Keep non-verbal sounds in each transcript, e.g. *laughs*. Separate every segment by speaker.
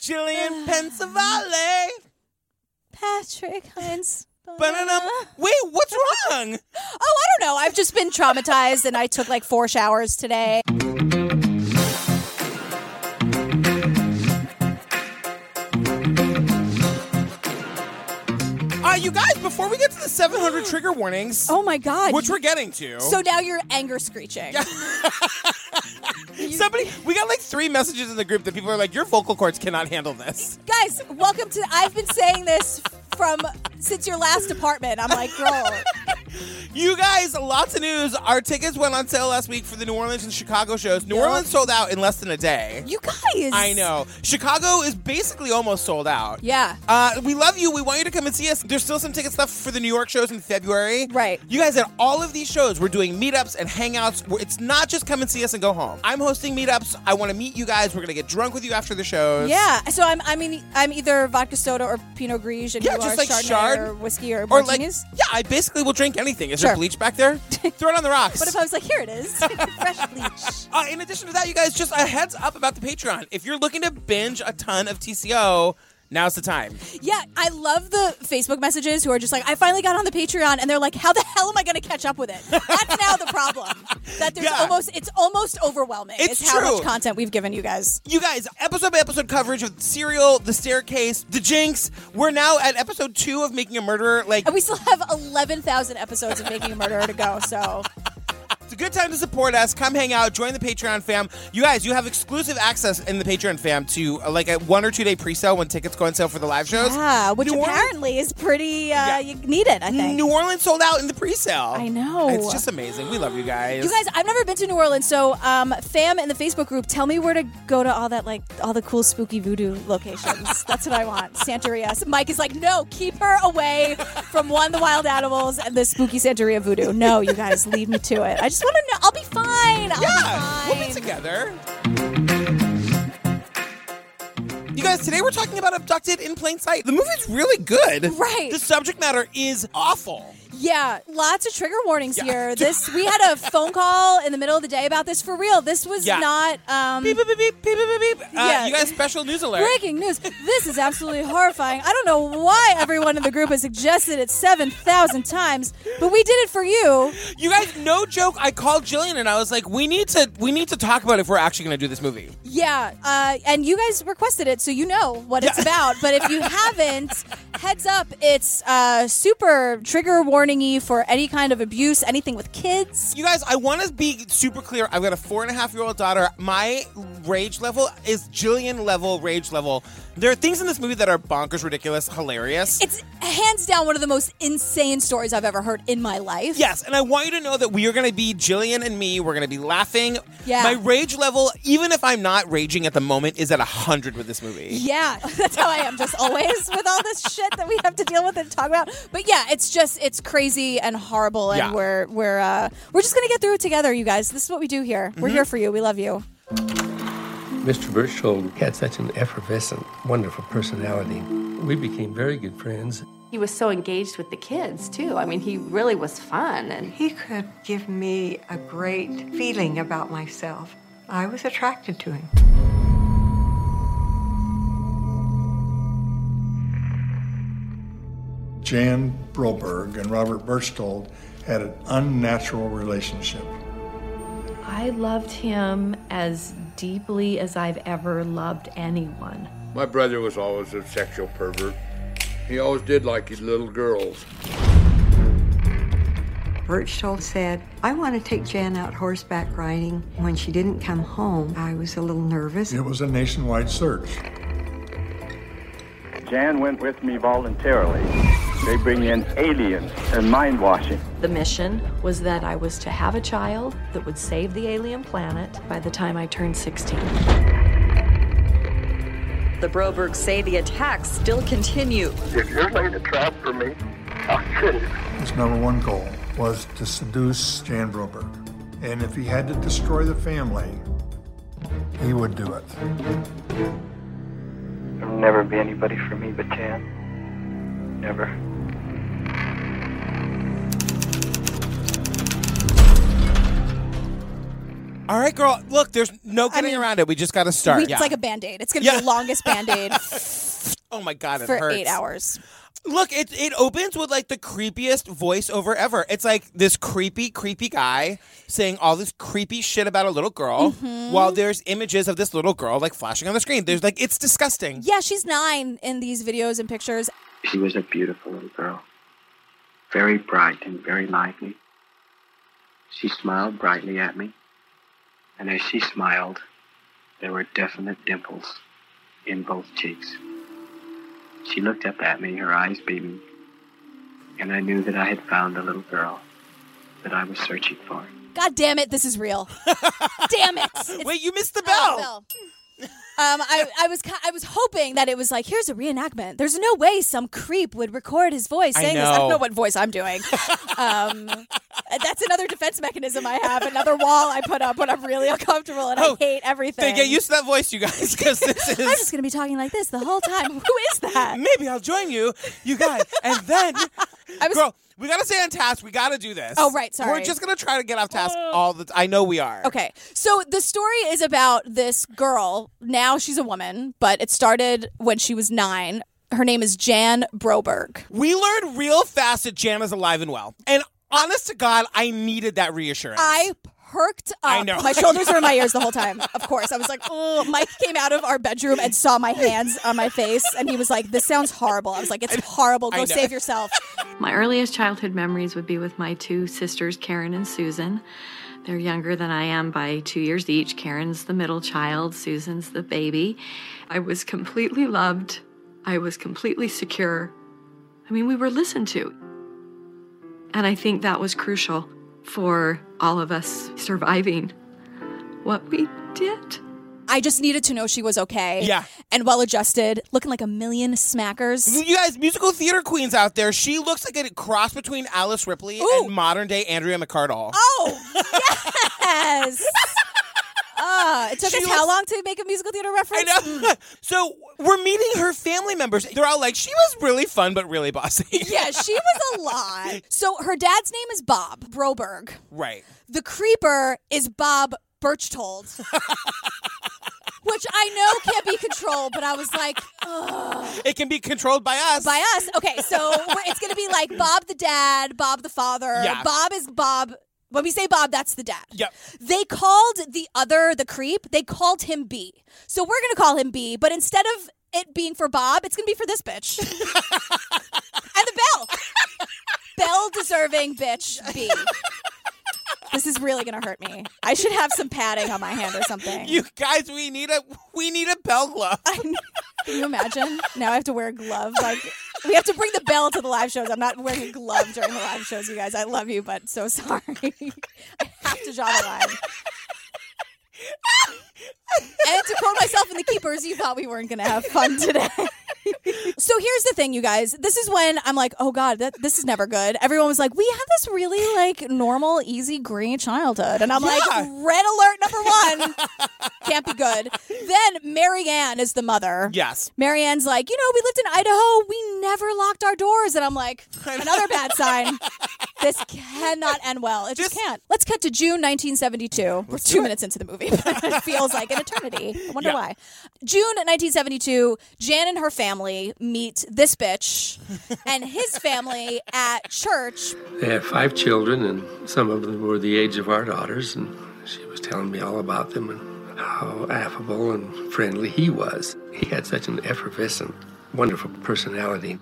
Speaker 1: Jillian
Speaker 2: *sighs*
Speaker 1: Pensavalle.
Speaker 2: Patrick Heinz.
Speaker 1: Ba-da-dum. Wait, what's wrong?
Speaker 2: *laughs* Oh, I don't know. I've just been traumatized and I took like four showers today.
Speaker 1: Uh, you guys, before we get to the 700 trigger warnings,
Speaker 2: *gasps* Oh my God.
Speaker 1: which we're getting to.
Speaker 2: so now you're anger screeching.
Speaker 1: Somebody, we got like three messages in the group that people are like, your vocal cords cannot handle this.
Speaker 2: Guys, welcome to. I've been saying this from since your last apartment. I'm like, girl.
Speaker 1: You guys, lots of news. Our tickets went on sale last week for the New Orleans and Chicago shows. New
Speaker 2: Yup.
Speaker 1: Orleans sold out in less than a day.
Speaker 2: You guys.
Speaker 1: I know. Chicago is basically almost sold out.
Speaker 2: Yeah.
Speaker 1: Uh, we love you. We want you to come and see us. There's still some tickets left for the New York shows in February.
Speaker 2: Right.
Speaker 1: You guys, at all of these shows, we're doing meetups and hangouts. We're- It's not just come and see us and go home. I'm hosting meetups. I want to meet you guys. We're going to get drunk with you after the shows.
Speaker 2: Yeah. So I'm. I mean, I'm either vodka soda or Pinot Grigio, and
Speaker 1: Yeah,
Speaker 2: you
Speaker 1: just
Speaker 2: are
Speaker 1: like
Speaker 2: Chardonnay
Speaker 1: Chard.
Speaker 2: or whiskey or,
Speaker 1: Or like, yeah,
Speaker 2: martinis.
Speaker 1: I basically will drink anything. Is there
Speaker 2: Sure.
Speaker 1: bleach back
Speaker 2: *laughs*
Speaker 1: there? *laughs* Throw it on the rocks.
Speaker 2: What if I was like, here
Speaker 1: *laughs*
Speaker 2: it is, *laughs* fresh bleach.
Speaker 1: Uh, in addition to that, you guys, just a heads up about the Patreon. If you're looking to binge a ton of TCO, now's the time.
Speaker 2: Yeah, I love the Facebook messages who are just like, I finally got on the Patreon, and they're like, how the hell am I going to catch up with it? That's now the
Speaker 1: *laughs*
Speaker 2: problem. That there's
Speaker 1: Yeah.
Speaker 2: almost it's almost overwhelming.
Speaker 1: It's
Speaker 2: is how
Speaker 1: true.
Speaker 2: much content we've given you guys.
Speaker 1: You guys, episode by episode coverage of Serial, The Staircase, The Jinx. We're now at episode two of Making a Murderer. Like,
Speaker 2: And we still have eleven thousand episodes of Making a Murderer to go. So
Speaker 1: *laughs* it's a good time to support us. Come hang out, join the Patreon fam. You guys, you have exclusive access in the Patreon fam to uh, like a one or two day pre sale when tickets go on sale for the live shows.
Speaker 2: yeah, which
Speaker 1: New Orleans-
Speaker 2: apparently is pretty. Uh,
Speaker 1: Yeah.
Speaker 2: You need it, I think.
Speaker 1: New Orleans sold out in the pre sale.
Speaker 2: I know.
Speaker 1: It's just amazing. We love you guys.
Speaker 2: you guys, I've never been to New Orleans, so um, fam in the Facebook group, tell me where to go to all that like all the cool spooky voodoo
Speaker 1: *laughs*
Speaker 2: locations. That's what I want. Santeria. So Mike is like, no, keep her away from one the wild animals and the spooky Santeria voodoo. No, you guys, leave me to it. I just want to know. I'll be fine. I'll
Speaker 1: Yeah,
Speaker 2: be
Speaker 1: we'll
Speaker 2: fine.
Speaker 1: be together. You guys, today we're talking about Abducted in Plain Sight. The movie's really good.
Speaker 2: Right.
Speaker 1: The subject matter is awful.
Speaker 2: Yeah, lots of trigger warnings
Speaker 1: Yeah.
Speaker 2: here. This we had a phone call in the middle of the day about this for real. This was
Speaker 1: Yeah.
Speaker 2: not um,
Speaker 1: Beep, beep, beep, beep, beep, beep, beep. Uh,
Speaker 2: Yeah.
Speaker 1: You guys, special news alert.
Speaker 2: breaking news. This is absolutely horrifying. I don't know why everyone in the group has suggested it seven thousand times, but we did it for you.
Speaker 1: You guys, no joke. I called Jillian and I was like, we need to we need to talk about if we're actually going to do this movie.
Speaker 2: Yeah, uh, and you guys requested it, so you know what it's
Speaker 1: Yeah.
Speaker 2: about. But if
Speaker 1: *laughs*
Speaker 2: you haven't, heads up, it's uh, super trigger warningy for any kind of abuse, anything with kids.
Speaker 1: You guys, I want to be super clear. I've got a four and a half year old daughter. My rage level is Jillian level rage level. There are things in this movie that are bonkers, ridiculous, hilarious.
Speaker 2: It's hands down one of the most insane stories I've ever heard in my life.
Speaker 1: Yes, and I want you to know that we are going to be Jillian and me. We're going to be laughing.
Speaker 2: Yeah.
Speaker 1: My rage level, even if I'm not raging at the moment, is at hundred with this movie.
Speaker 2: Yeah, *laughs* that's how I am, just always with all this shit that we have to deal with and talk about. But yeah, it's just it's crazy and horrible, and
Speaker 1: Yeah.
Speaker 2: we're we're uh, we're just gonna get through it together, you guys. This is what we do here.
Speaker 1: Mm-hmm.
Speaker 2: We're here for you. We love you.
Speaker 3: Mr. Birchhold had such an effervescent, wonderful personality. We became very good friends.
Speaker 4: He was so engaged with the kids, too. I mean, he really was fun. And
Speaker 5: He could give me a great feeling about myself. I was attracted to him.
Speaker 6: Jan Broberg and Robert Burstold had an unnatural relationship.
Speaker 7: I loved him as deeply as I've ever loved anyone.
Speaker 8: My brother was always a sexual pervert. He always did like his little girls.
Speaker 5: Birchall said, I want to take Jan out horseback riding. When she didn't come home, I was a little nervous.
Speaker 6: It was a nationwide search.
Speaker 9: Jan went with me voluntarily. They bring in aliens and mind washing.
Speaker 7: The mission was that I was to have a child that would save the alien planet by the time I turned 16.
Speaker 10: The Brobergs say the attacks still continue.
Speaker 8: If you're laying a trap for me, I'll kill you.
Speaker 6: His number one goal was to seduce Jan Broberg. And if he had to destroy the family, he would do it.
Speaker 9: There'll never be anybody for me but Jan. Never.
Speaker 1: All right, girl. Look, there's no getting
Speaker 2: mean,
Speaker 1: around it. We just got to start.
Speaker 2: We-
Speaker 1: yeah.
Speaker 2: It's like a band aid. It's going to
Speaker 1: Yeah.
Speaker 2: be the longest band
Speaker 1: *laughs*
Speaker 2: aid
Speaker 1: oh my god, it
Speaker 2: for
Speaker 1: hurts.
Speaker 2: eight hours.
Speaker 1: Look, it it opens with like the creepiest voiceover ever. It's like this creepy, creepy guy saying all this creepy shit about a little girl,
Speaker 2: Mm-hmm.
Speaker 1: while there's images of this little girl like flashing on the screen. There's like it's disgusting.
Speaker 2: Yeah, she's nine in these videos and pictures.
Speaker 11: She was a beautiful little girl, very bright and very lively. She smiled brightly at me, and as she smiled, there were definite dimples in both cheeks. She looked up at me, her eyes beaming, and I knew that I had found the little girl that I was searching for.
Speaker 2: God damn it, this is real. damn
Speaker 1: *laughs*
Speaker 2: it. It's-
Speaker 1: Wait, you missed the
Speaker 2: Oh,
Speaker 1: bell.
Speaker 2: Bill. Um, I, I was ki- I was hoping that it was like here's a reenactment. There's no way some creep would record his voice
Speaker 1: I
Speaker 2: saying this. I
Speaker 1: know.
Speaker 2: don't know what voice I'm doing. um, that's another defense mechanism I have. Another wall I put up when I'm really uncomfortable and
Speaker 1: Oh,
Speaker 2: I hate everything.
Speaker 1: They get used to that voice, you guys,
Speaker 2: *laughs*
Speaker 1: because this is.
Speaker 2: I'm just gonna be talking like this the whole time. Who is that?
Speaker 1: Maybe I'll join you, you guys, and then,
Speaker 2: *laughs* I was-
Speaker 1: girl, we gotta stay on task. We gotta do this.
Speaker 2: Oh, right, sorry. Oh.
Speaker 1: We're just gonna try to get off task all the. T- I know we are.
Speaker 2: Okay. So the story is about this girl. Now she's a woman, but it started when she was nine. Her name is Jan Broberg.
Speaker 1: We learned real fast that Jan is alive and well, and honest to God, I needed that reassurance.
Speaker 2: I perked up.
Speaker 1: I know.
Speaker 2: My shoulders were in my ears the whole time. Of course. I was like, oh. Mike came out of our bedroom and saw my hands on my face. And he was like, this sounds horrible. I was like, it's horrible.
Speaker 1: I
Speaker 2: Go
Speaker 1: know.
Speaker 2: save yourself.
Speaker 4: My earliest childhood memories would be with my two sisters, Karen and Susan. They're younger than I am by two years each. Karen's the middle child, Susan's the baby. I was completely loved, I was completely secure. I mean, we were listened to. And I think that was crucial for all of us surviving what we did.
Speaker 2: I just needed to know she was okay.
Speaker 1: Yeah. Mm-hmm.
Speaker 2: And well adjusted, looking like a million smackers.
Speaker 1: You guys, musical theater queens out there, she looks like a cross between Alice Ripley
Speaker 2: Ooh.
Speaker 1: and modern day Andrea McCardle.
Speaker 2: Oh,
Speaker 1: *laughs*
Speaker 2: yes. Ah, it took
Speaker 1: She
Speaker 2: us
Speaker 1: looks-
Speaker 2: how long to make a musical theater
Speaker 1: I
Speaker 2: reference?
Speaker 1: know. *laughs* so we're meeting her family members. They're all like, she was really fun, but really bossy.
Speaker 2: *laughs* Yeah, she was a lot. So her dad's name is Bob Broberg.
Speaker 1: *laughs* right.
Speaker 2: the creeper is Bob Birchtold.
Speaker 1: *laughs*
Speaker 2: Which I know can't be controlled, but I was like, ugh,
Speaker 1: It can be controlled by us.
Speaker 2: by us. Okay, so we're- it's going to be like Bob the dad, Bob the father.
Speaker 1: Yeah.
Speaker 2: Bob is Bob. When we say Bob, that's the dad.
Speaker 1: Yep.
Speaker 2: They called the other, the creep, they called him B. So we're going to call him B, but instead of it being for Bob, it's going to be for this
Speaker 1: *laughs*
Speaker 2: bitch. and the bell. bell deserving bitch
Speaker 1: *laughs*
Speaker 2: B. This is really going to hurt me. I should have some padding on my hand or something.
Speaker 1: You guys, we need a we need a bell glove.
Speaker 2: Can you imagine? Now I have to wear a glove. Like we have to bring the bell to the live shows. I'm not wearing a glove during the live shows, you guys. I love you, but so sorry. *laughs* I have to draw the line. and to quote myself in the keepers, you thought we weren't going to have fun today. so here's the thing, you guys. This is when I'm like, oh god, that, this is never good. Everyone was like, we had this really like normal, easy, green childhood, and I'm
Speaker 1: Yeah.
Speaker 2: like, red alert number one can't be good. Then Mary Ann is the mother.
Speaker 1: Yes.
Speaker 2: Mary Ann's like, you know, we lived in Idaho. We never locked our doors. And I'm like, another bad sign. This cannot end well. It just,
Speaker 1: Just-
Speaker 2: can't. Let's cut to June 1972. We're two minutes into the movie. *laughs* but it feels like an eternity. I wonder
Speaker 1: Yeah.
Speaker 2: why. June 1972, Jan and her family meet this bitch and his family at church.
Speaker 3: They had five children, and some of them were the age of our daughters, and she was telling me all about them and how affable and friendly he was. He had such an effervescent, wonderful personality.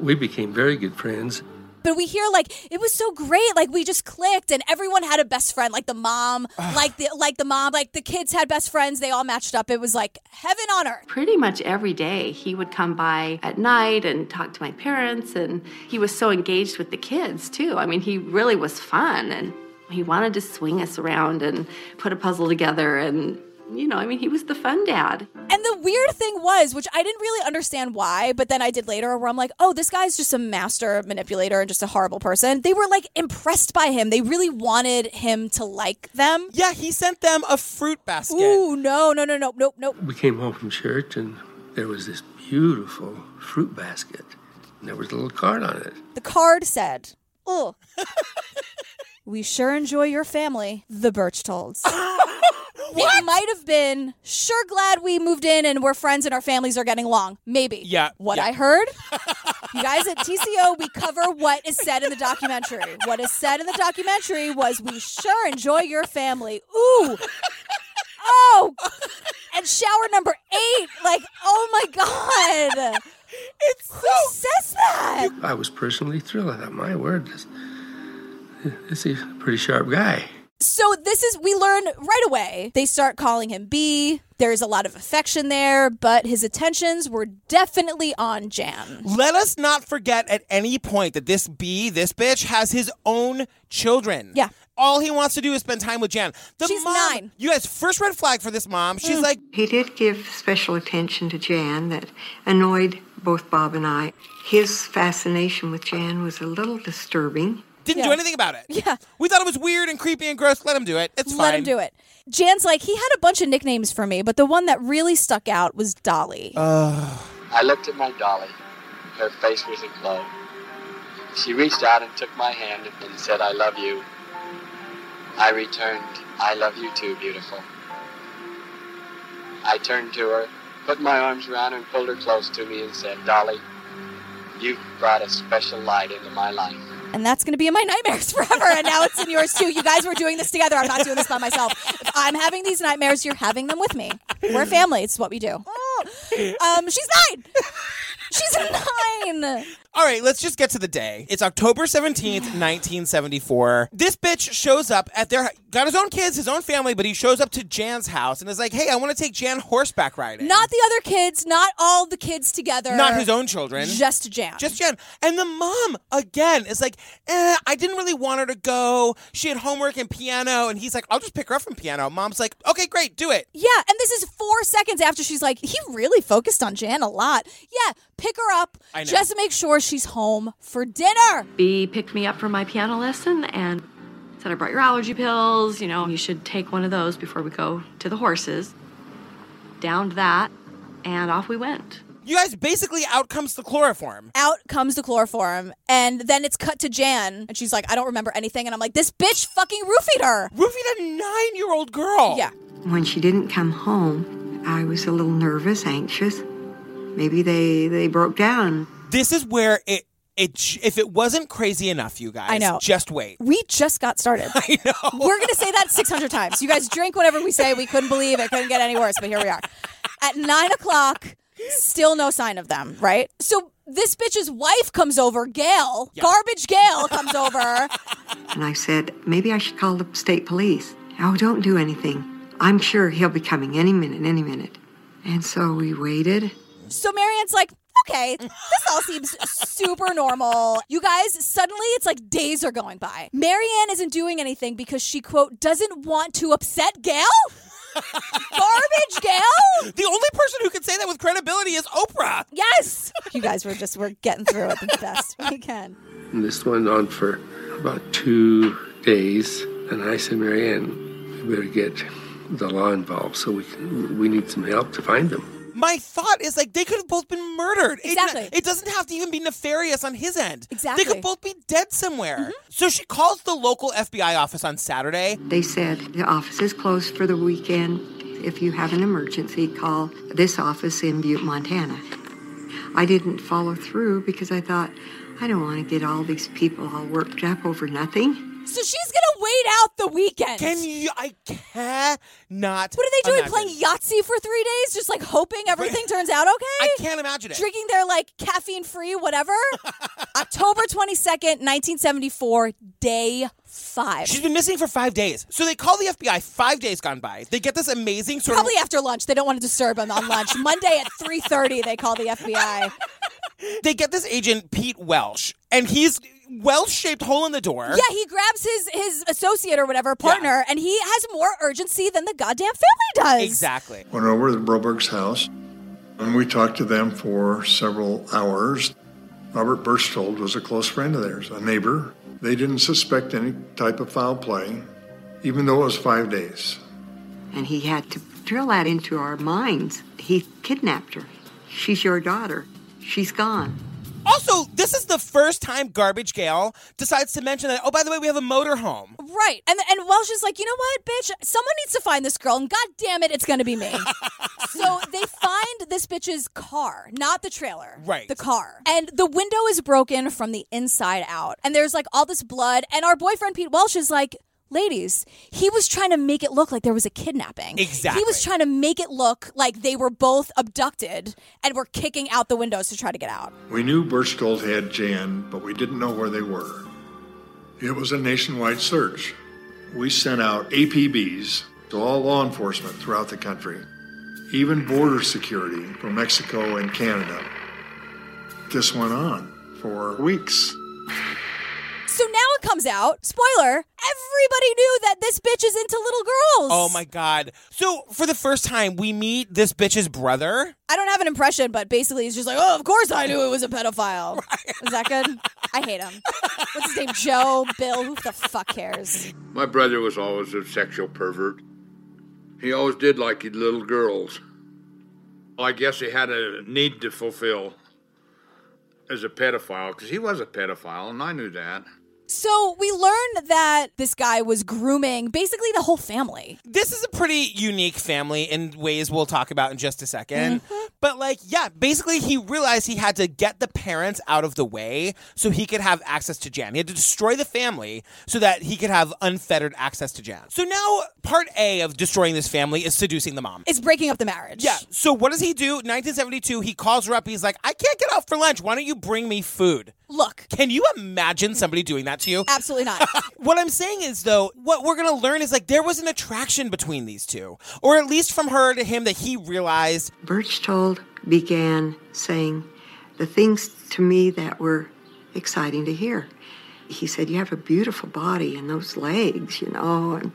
Speaker 3: We became very good friends.
Speaker 2: But we hear like it was so great, like we just clicked, and everyone had a best friend, like the
Speaker 1: *sighs*
Speaker 2: mom, like the like the mom, like the kids had best friends. They all matched up. It was like heaven on earth.
Speaker 4: pretty much every day he would come by at night and talk to my parents and he was so engaged with the kids too i mean he really was fun and he wanted to swing us around and put a puzzle together and you know i mean he was the fun dad
Speaker 2: And the weird thing was, which I didn't really understand why, but then I did later, where I'm like, oh, this guy's just a master manipulator and just a horrible person. They were like impressed by him. They really wanted him to like them.
Speaker 1: Yeah, he sent them a fruit basket.
Speaker 2: Ooh, no, no, no, no, nope, nope.
Speaker 3: We came home from church, and there was this beautiful fruit basket, and there was a little card on it.
Speaker 2: The card said,
Speaker 1: *laughs*
Speaker 2: "Ugh, we sure enjoy your family." The Birchtolds. it might have been sure glad we moved in and we're friends and our families are getting along. Maybe.
Speaker 1: Yeah,
Speaker 2: What
Speaker 1: yeah.
Speaker 2: I
Speaker 1: *laughs*
Speaker 2: heard. you guys at TCO, we cover what is said in the documentary. What is said in the documentary was we sure enjoy your family. Ooh. Oh. And shower number eight. Like, oh my God.
Speaker 1: It's
Speaker 2: Who says that?
Speaker 3: I was personally thrilled. I thought, my word, this, this is a pretty sharp guy.
Speaker 2: So this is we learn right away. They start calling him B. There's a lot of affection there, but his attentions were definitely on Jan.
Speaker 1: Let us not forget at any point that this B, this bitch, has his own children. Yeah. All he wants to do is spend time with Jan. The She's mom, nine. You guys, first red flag for this mom. She's like,
Speaker 5: He did give special attention to Jan that annoyed both Bob and I. His fascination with Jan was a little disturbing.
Speaker 1: didn't do anything about it. Yeah. We thought it was weird and creepy and gross. Let him do it. It's fine.
Speaker 2: Let him do it. Jan's like, he had a bunch of nicknames for me, but the one that really stuck out was Dolly.
Speaker 1: Uh.
Speaker 11: I looked at my dolly. Her face was aglow. She reached out and took my hand and said, I love you. I returned, I love you too, beautiful. I turned to her, put my arms around her, and pulled her close to me and said, Dolly, you've brought a special light into my life.
Speaker 2: And that's going to be in my nightmares *laughs* forever. And now it's in yours too. You guys were doing this together. I'm not doing this by myself. If I'm having these nightmares, you're having them with me. We're a family. It's what
Speaker 1: *laughs*
Speaker 2: we do. Um, she's nine. She's *laughs* nine.
Speaker 1: All right, let's just get to the day. It's October 17th,
Speaker 2: *sighs*
Speaker 1: 1974. This bitch shows up at their got his own kids, his own family, but he shows up to Jan's house and is like, "Hey, I want to take Jan horseback riding."
Speaker 2: Not the other kids, not all the kids together.
Speaker 1: Not his own children.
Speaker 2: Just Jan.
Speaker 1: Just Jan. And the mom again is like, eh, "I didn't really want her to go. She had homework and piano." And he's like, "I'll just pick her up from piano." Mom's like, "Okay, great. Do it."
Speaker 2: Yeah, and this is four seconds after she's like, he really focused on Jan a lot. Yeah, pick her up
Speaker 4: I know.
Speaker 2: just to make sure she's home for dinner.
Speaker 4: B picked me up from my piano lesson and said, I brought your allergy pills. You know, you should take one of those before we go to the horses. Downed that, and off we went.
Speaker 1: You guys, basically, out comes the chloroform.
Speaker 2: Out comes the chloroform, and then it's cut to Jan, and she's like, I don't remember anything. And I'm like, this bitch fucking roofied her.
Speaker 1: Roofied a nine year old girl.
Speaker 2: Yeah.
Speaker 5: When she didn't come home, I was a little nervous, anxious. Maybe they, they broke down.
Speaker 1: This is where it it if it wasn't crazy enough, you guys.
Speaker 2: I know.
Speaker 1: Just wait.
Speaker 2: We just got started.
Speaker 1: *laughs* I know.
Speaker 2: We're going to say that 600 times. You guys drink whatever we say. We couldn't believe it. Couldn't get any worse, but here we are. At nine o'clock, still no sign of them, right? So this bitch's wife comes over, Gail, garbage Gail comes over.
Speaker 5: And I said, maybe I should call the state police. Oh, don't do anything. I'm sure he'll be coming any minute, any minute. And so we waited.
Speaker 2: So Marianne's like,
Speaker 1: *laughs*
Speaker 2: okay, this all seems super normal. You guys, suddenly it's like days are going by. Marianne isn't doing anything because she, quote, doesn't want to upset
Speaker 1: *laughs*
Speaker 2: Gail? Garbage Gail?
Speaker 1: The only person who can say that with credibility is Oprah.
Speaker 2: Yes. You guys were just, we're getting through it the best we can.
Speaker 3: And this went on for about two days. And I said, Marianne, we better get the law involved so we can, we need some help to find them.
Speaker 1: My thought is like they could have both been murdered. Exactly. It, doesn't have to even be nefarious on his end.
Speaker 2: Exactly. Mm-hmm.
Speaker 1: They could both be dead somewhere. So she calls the local FBI office on Saturday.
Speaker 5: They said, the office is closed for the weekend. If you have an emergency, call this office in Butte, Montana. I didn't follow through because I thought, I don't want to get all these people all worked up over nothing.
Speaker 2: So she's gonna wait out the weekend.
Speaker 1: Can you? I cannot.
Speaker 2: What are they doing?
Speaker 1: imagine.
Speaker 2: Playing Yahtzee for three days, just like hoping everything turns out okay.
Speaker 1: I can't imagine it.
Speaker 2: Drinking their like caffeine
Speaker 1: *laughs*
Speaker 2: free whatever. October twenty second, nineteen seventy four, day five.
Speaker 1: She's been missing for five days. So they call the FBI. Five days gone by. They get this amazing sort
Speaker 2: Probably
Speaker 1: of.
Speaker 2: after lunch. They don't want to disturb them on lunch. Monday at three thirty, they call the FBI.
Speaker 1: They get this agent Pete Welsh, and he's Welsh shaped hole in the door.
Speaker 2: Yeah, he grabs his his associate or whatever partner, and he has more urgency than the goddamn family does.
Speaker 1: Exactly.
Speaker 6: Went over to the Broberg's house, and we talked to them for several hours. Robert Burstold was a close friend of theirs, a neighbor. They didn't suspect any type of foul play, even though it was five days.
Speaker 5: And he had to drill that into our minds. He kidnapped her. She's your daughter. She's gone.
Speaker 1: Oh Also, this is the first time Garbage Gail decides to mention that. Oh, by the way, we have a motorhome.
Speaker 2: Right. And and Welsh is like, you know what, bitch? Someone needs to find this girl, and god damn it, it's gonna
Speaker 1: *laughs*
Speaker 2: be me. so they find this bitch's car, not the trailer.
Speaker 1: Right.
Speaker 2: The car. And the window is broken from the inside out. And there's like all this blood. And our boyfriend Pete Welsh is like, ladies, he was trying to make it look like there was a kidnapping.
Speaker 1: Exactly.
Speaker 2: He was trying to make it look like they were both abducted and were kicking out the windows to try to get out.
Speaker 6: We knew Burstold had Jan, but we didn't know where they were. It was a nationwide search. We sent out APBs to all law enforcement throughout the country, even border security from Mexico and Canada. This went on for weeks.
Speaker 2: So now it comes out, spoiler, everybody knew that this bitch is into little girls.
Speaker 1: Oh my god! So for the first time, we meet this bitch's brother.
Speaker 2: I don't have an impression, but basically he's just like, oh, of course I knew it was a pedophile. Is that good? I hate him. What's his name? Joe, Bill, who the fuck cares?
Speaker 8: My brother was always a sexual pervert. He always did like he little girls. I guess he had a need to fulfill as a pedophile, because he was a pedophile, and I knew that.
Speaker 2: So we learn that this guy was grooming basically the whole family.
Speaker 1: This is a pretty unique family in ways we'll talk about in just a 2nd But like, yeah, basically he realized he had to get the parents out of the way so he could have access to Jan. He had to destroy the family so that he could have unfettered access to Jan. So now part A of destroying this family is seducing the mom.
Speaker 2: It's breaking up the marriage.
Speaker 1: Yeah. So what does he do? 1972, he calls her up. He's like, I can't get out for lunch. Why don't you bring me food?
Speaker 2: Look,
Speaker 1: Can you imagine somebody doing that to you? *laughs*
Speaker 2: absolutely not.
Speaker 1: What I'm saying is, though, what we're going to learn is like there was an attraction between these two, or at least from her to him that he realized.
Speaker 5: Birchtold began saying the things to me that were exciting to hear. He said, You have a beautiful body and those legs, you know. And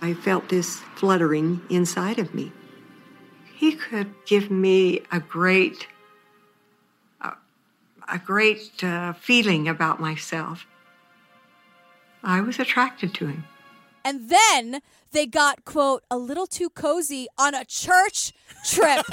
Speaker 5: I felt this fluttering inside of me. He could give me a great, a, a great uh, feeling about myself. I was attracted to him.
Speaker 2: And then they got, quote, a little too cozy on a church trip.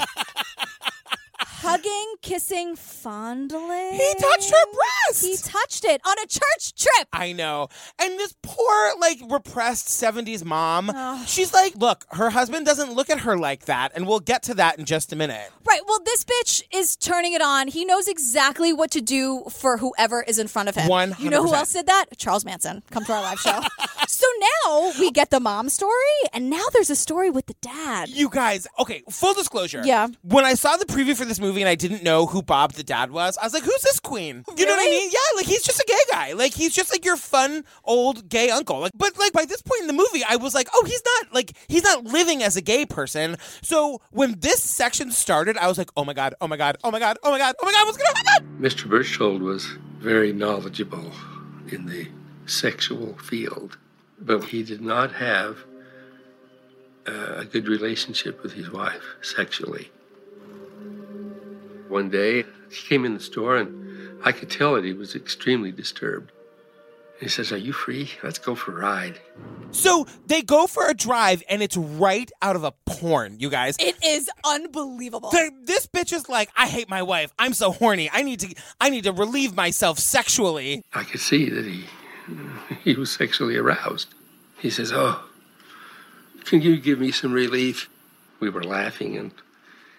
Speaker 2: Hugging, kissing, fondling.
Speaker 1: He touched her breast!
Speaker 2: He touched it on a church trip.
Speaker 1: I know. And this poor, like, repressed 70s mom, she's like, look, her husband doesn't look at her like that, and we'll get to that in just a minute.
Speaker 2: Right. Well, this bitch is turning it on. He knows exactly what to do for whoever is in front of him.
Speaker 1: One
Speaker 2: You know who
Speaker 1: hundred
Speaker 2: else did that? Charles Manson. Come to our
Speaker 1: *laughs*
Speaker 2: live show. so now we get the mom story, and now there's a story with the dad.
Speaker 1: You guys, okay, full disclosure.
Speaker 2: Yeah.
Speaker 1: When I saw the preview for this movie and I didn't know who Bob the dad was, I was like, who's this queen? You know what I
Speaker 2: Really?
Speaker 1: mean? Yeah, like he's just a gay guy. Like he's just like your fun old gay uncle. Like but like by this point in the movie, I was like, oh, he's not like he's not living as a gay person. So when this section started, I was like, oh my god, oh my god, oh my god, oh my god, oh my god, what's gonna happen?
Speaker 3: Mr. Birchold was very knowledgeable in the sexual field, but he did not have uh, a good relationship with his wife sexually. One day, he came in the store, and I could tell that he was extremely disturbed. He says, Are you free? Let's go for a ride.
Speaker 1: So they go for a drive and it's right out of a porn, you guys.
Speaker 2: It is unbelievable.
Speaker 1: The- this bitch is like, I hate my wife. I'm so horny. I need to I need to relieve myself sexually.
Speaker 3: I could see that he he was sexually aroused. He says, "Oh, can you give me some relief?" We were laughing, and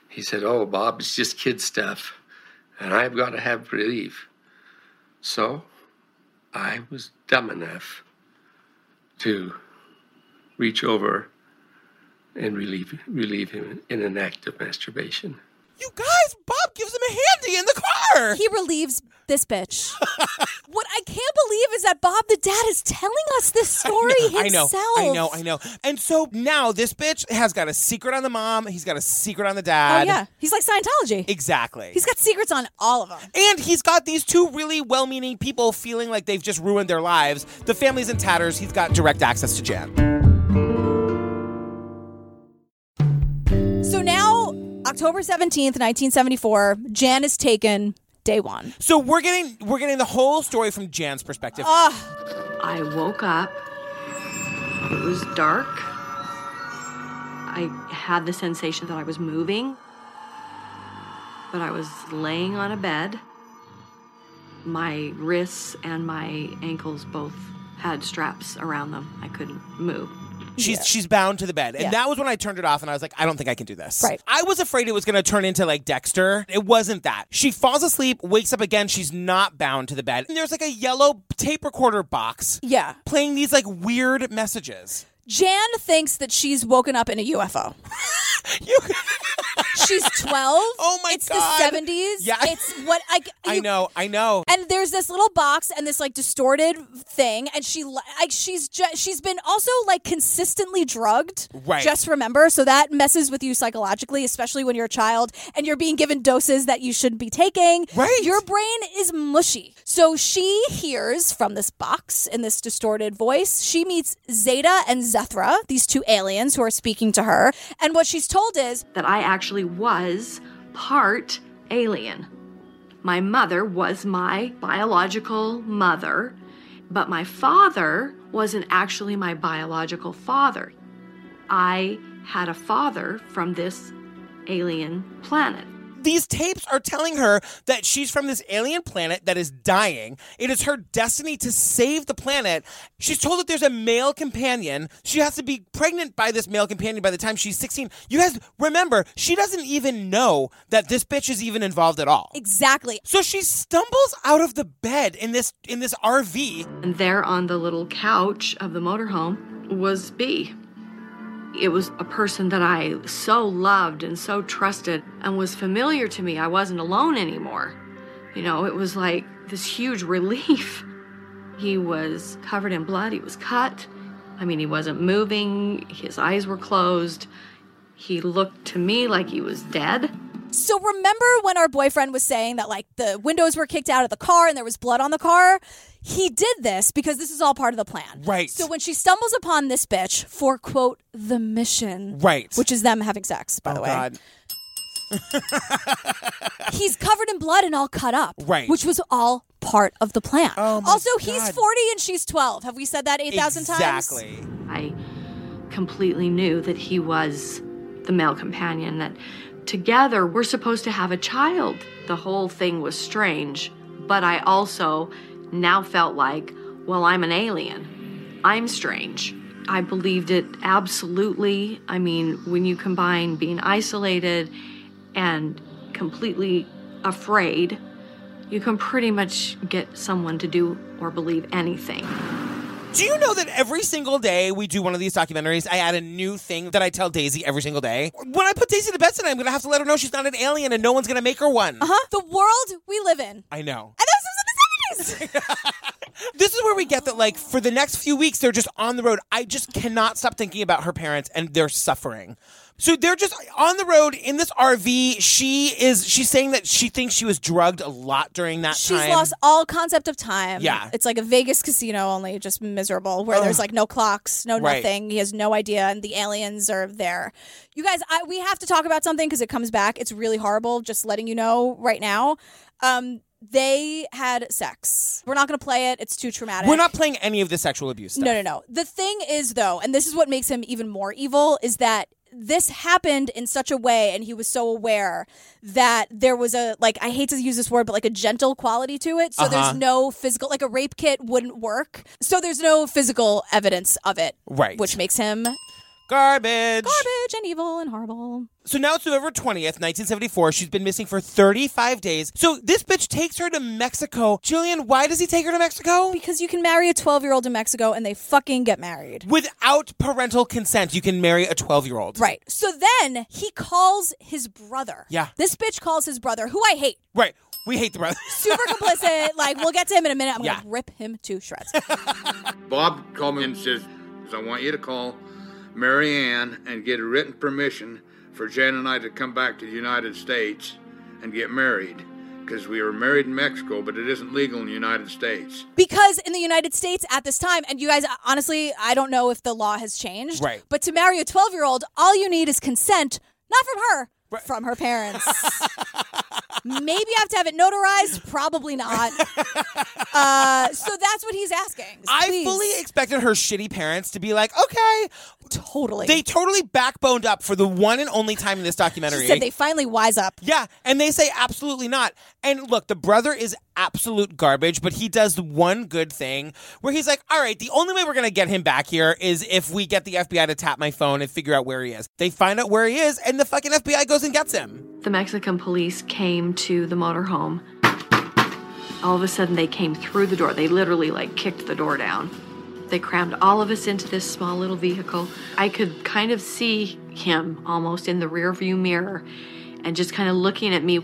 Speaker 3: he said, "Oh, Bob, it's just kid stuff, and I've got to have relief." So, I was dumb enough to reach over and relieve relieve him in an act of masturbation.
Speaker 1: You guys, Bob gives him a handy in the car.
Speaker 2: he relieves
Speaker 1: *laughs*
Speaker 2: this bitch. what I can't believe is that Bob the dad is telling us this story
Speaker 1: I know,
Speaker 2: himself.
Speaker 1: I know, I know. And so now this bitch has got a secret on the mom. He's got a secret on the
Speaker 2: Oh
Speaker 1: dad.
Speaker 2: yeah, he's like Scientology.
Speaker 1: exactly.
Speaker 2: He's got secrets on all of them.
Speaker 1: and he's got these two really well-meaning people feeling like they've just ruined their lives. The family's in tatters. He's got direct access to Jan.
Speaker 2: So now, October seventeenth, nineteen seventy-four, Jan is taken. Day one.
Speaker 1: So we're getting we're getting the whole story from Jan's perspective.
Speaker 4: I woke up. It was dark. I had the sensation that I was moving, but I was laying on a bed My wrists and my ankles both had straps around them. I couldn't move.
Speaker 1: She's she's bound to the bed. And
Speaker 4: Yeah.
Speaker 1: that was when I turned it off and I was like, I don't think I can do this.
Speaker 4: Right.
Speaker 1: I was afraid it was gonna turn into like Dexter. It wasn't that. She falls asleep, wakes up again, she's not bound to the bed. And there's like a yellow tape recorder box
Speaker 2: Yeah.
Speaker 1: playing these like weird messages.
Speaker 2: Jan thinks that she's woken up in a
Speaker 1: *laughs*
Speaker 2: UFO. she's 12. Oh my it's
Speaker 1: God.
Speaker 2: the 70s.
Speaker 1: Yeah.
Speaker 2: It's what I
Speaker 1: I know, I know.
Speaker 2: and there's this little box and this like distorted thing and she li- like she's ju- she's been also like consistently drugged
Speaker 1: Right.
Speaker 2: just remember so that messes with you psychologically especially when you're a child and you're being given doses that you shouldn't be taking right your brain is mushy so she hears from this box in this distorted voice she meets zeta and zethra these two aliens who are speaking to her and what she's told is
Speaker 4: that I actually was part alien. My mother was my biological mother, but my father wasn't actually my biological father. I had a father from this alien planet.
Speaker 1: These tapes are telling her that she's from this alien planet that is dying. It is her destiny to save the planet. She's told that there's a male companion. She has to be pregnant by this male companion by the time she's 16. You guys remember, she doesn't even know that this bitch is even involved at all.
Speaker 2: Exactly.
Speaker 1: So she stumbles out of the bed in this in this RV.
Speaker 4: And there on the little couch of the motorhome was B. It was a person that I so loved and so trusted and was familiar to me. I wasn't alone anymore. You know, it was like this huge *laughs* relief. He was covered in blood, he was cut. I mean, he wasn't moving, his eyes were closed. He looked to me like he was dead.
Speaker 2: So remember when our boyfriend was saying that like the windows were kicked out of the car and there was blood on the car? He did this because this is all part of the plan.
Speaker 1: Right.
Speaker 2: So when she stumbles upon this bitch for quote the mission,
Speaker 1: Right.
Speaker 2: which is them having sex,
Speaker 4: Oh,
Speaker 1: Oh,
Speaker 2: by the way. *laughs* He's covered in blood and all cut up.
Speaker 4: Oh,
Speaker 1: Right. Oh,
Speaker 2: Which was all part of the plan. also, he's
Speaker 4: God.
Speaker 2: 40 and she's 12. Have we said that 8,000 times?
Speaker 4: I completely knew that he was the male companion, that together we're supposed to have a child. The whole thing was strange, but I also now felt like, well, I'm an alien. I'm strange. I believed it absolutely. I mean, when you combine being isolated and completely afraid, you can pretty much get someone to do or believe anything.
Speaker 1: Do you know that every single day we do one of these documentaries, I add a new thing that I tell Daisy every single day? When I put Daisy to bed tonight, I'm going to have to let her know she's not an alien and no one's going to make her one.
Speaker 2: Uh-huh. The world we live in.
Speaker 1: I know.
Speaker 2: And this was in the 70s.
Speaker 1: This is where we get that, like, for the next few weeks, they're just on the road. I just cannot stop thinking about her parents and their suffering. So they're just on the road in this RV. She is, she's saying that she thinks she was drugged a lot during that
Speaker 2: She's
Speaker 1: time.
Speaker 2: lost all concept of time.
Speaker 1: Yeah.
Speaker 2: It's like a Vegas casino, only just miserable, where there's
Speaker 1: Ugh.
Speaker 2: like no clocks, no
Speaker 1: Right.
Speaker 2: nothing. He has no idea, and the aliens are there. You guys, I, we have to talk about something because it comes back. It's really horrible, just letting you know right now. Um, they had sex. We're not going to play it, it's too traumatic.
Speaker 1: We're not playing any of the sexual abuse stuff.
Speaker 2: No, no, no. The thing is, though, and this is what makes him even more evil, is that this happened in such a way and he was so aware that there was a like i hate to use this word but like a gentle quality to it so
Speaker 1: Uh-huh.
Speaker 2: there's no physical like a rape kit wouldn't work so there's no physical evidence of it
Speaker 1: Right.
Speaker 2: which makes him
Speaker 1: Garbage.
Speaker 2: garbage and evil and horrible
Speaker 1: So now it's November 20th, 1974. She's been missing for 35 days. So this bitch takes her to Mexico. Julian, why does he take her to Mexico?
Speaker 2: because you can marry a 12 year old in mexico and they fucking get married
Speaker 1: Without parental consent, you can marry a 12 year old.
Speaker 2: right so then he calls his brother
Speaker 1: Yeah.
Speaker 2: this bitch calls his brother who i hate
Speaker 1: Right. We hate the brother. *laughs*
Speaker 2: super complicit. *laughs* Like we'll get to him in a minute. I'm
Speaker 8: Yeah.
Speaker 2: gonna rip him to shreds.
Speaker 8: Bob called me and says, I want you to call Mary Ann and get written permission for Jan and I to come back to the United States and get married. Because we were married in Mexico, but it isn't legal in the United States.
Speaker 2: because in the United States at this time, and you guys honestly, I don't know if the law has changed.
Speaker 8: Right.
Speaker 2: But to marry a 12 year old, all you need is consent, not from her. From her parents. Maybe I have to have it notarized. Probably not. Uh, so that's what he's asking.
Speaker 1: I fully expected her shitty parents to be like, okay,
Speaker 2: Totally.
Speaker 1: They totally backboned up for the one and only time in this documentary.
Speaker 2: She said they finally wise up.
Speaker 1: Yeah, and they say absolutely not. And look, the brother is absolute garbage, but he does one good thing where he's like, all right, the only way we're going to get him back here is if we get the FBI to tap my phone and figure out where he is. They find out where he is, and the fucking FBI goes and gets him.
Speaker 4: The Mexican police came to the motorhome. All of a sudden, they came through the door. They literally like kicked the door down. They crammed all of us into this small little vehicle. I could kind of see him almost in the rearview mirror and just kind of looking at me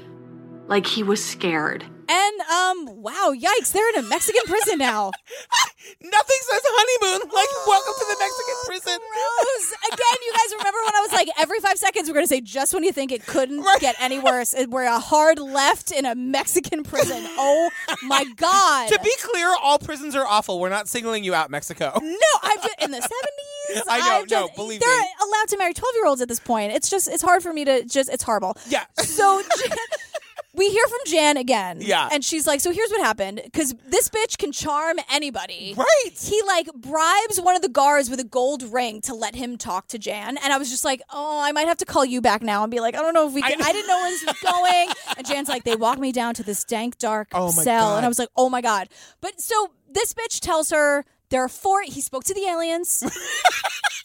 Speaker 4: like he was scared.
Speaker 2: And um, wow, yikes! They're in a Mexican prison now.
Speaker 1: *laughs* Nothing says honeymoon
Speaker 2: *gasps*
Speaker 1: like welcome to the Mexican prison.
Speaker 2: Gross. Again, you guys remember when I was like, every five seconds we're gonna say just when you think it couldn't get any worse, and we're a hard left in a Mexican prison. Oh my god!
Speaker 1: *laughs* To be clear, all prisons are awful. We're not singling you out, Mexico.
Speaker 2: no, I've been in the seventies.
Speaker 1: *laughs* I know, no, believe
Speaker 2: they're
Speaker 1: me.
Speaker 2: allowed to marry twelve year olds at this point. It's just it's hard for me to just it's horrible.
Speaker 1: Yeah.
Speaker 2: So.
Speaker 1: *laughs*
Speaker 2: Jan- We hear from Jan again.
Speaker 1: Yeah.
Speaker 2: And she's like, so here's what happened. Because this bitch can charm anybody.
Speaker 1: Right.
Speaker 2: He like bribes one of the guards with a gold ring to let him talk to Jan. And I was just like, oh, I might have to call you back now and be like, I don't know if we
Speaker 1: I
Speaker 2: can.
Speaker 1: know.
Speaker 2: I, didn't know where this was
Speaker 1: *laughs*
Speaker 2: going. and Jan's like, they walk me down to this dank, dark
Speaker 1: Oh my
Speaker 2: cell.
Speaker 1: God.
Speaker 2: And I was like, oh my God. But so this bitch tells her there are four. He spoke to the aliens.
Speaker 1: *laughs*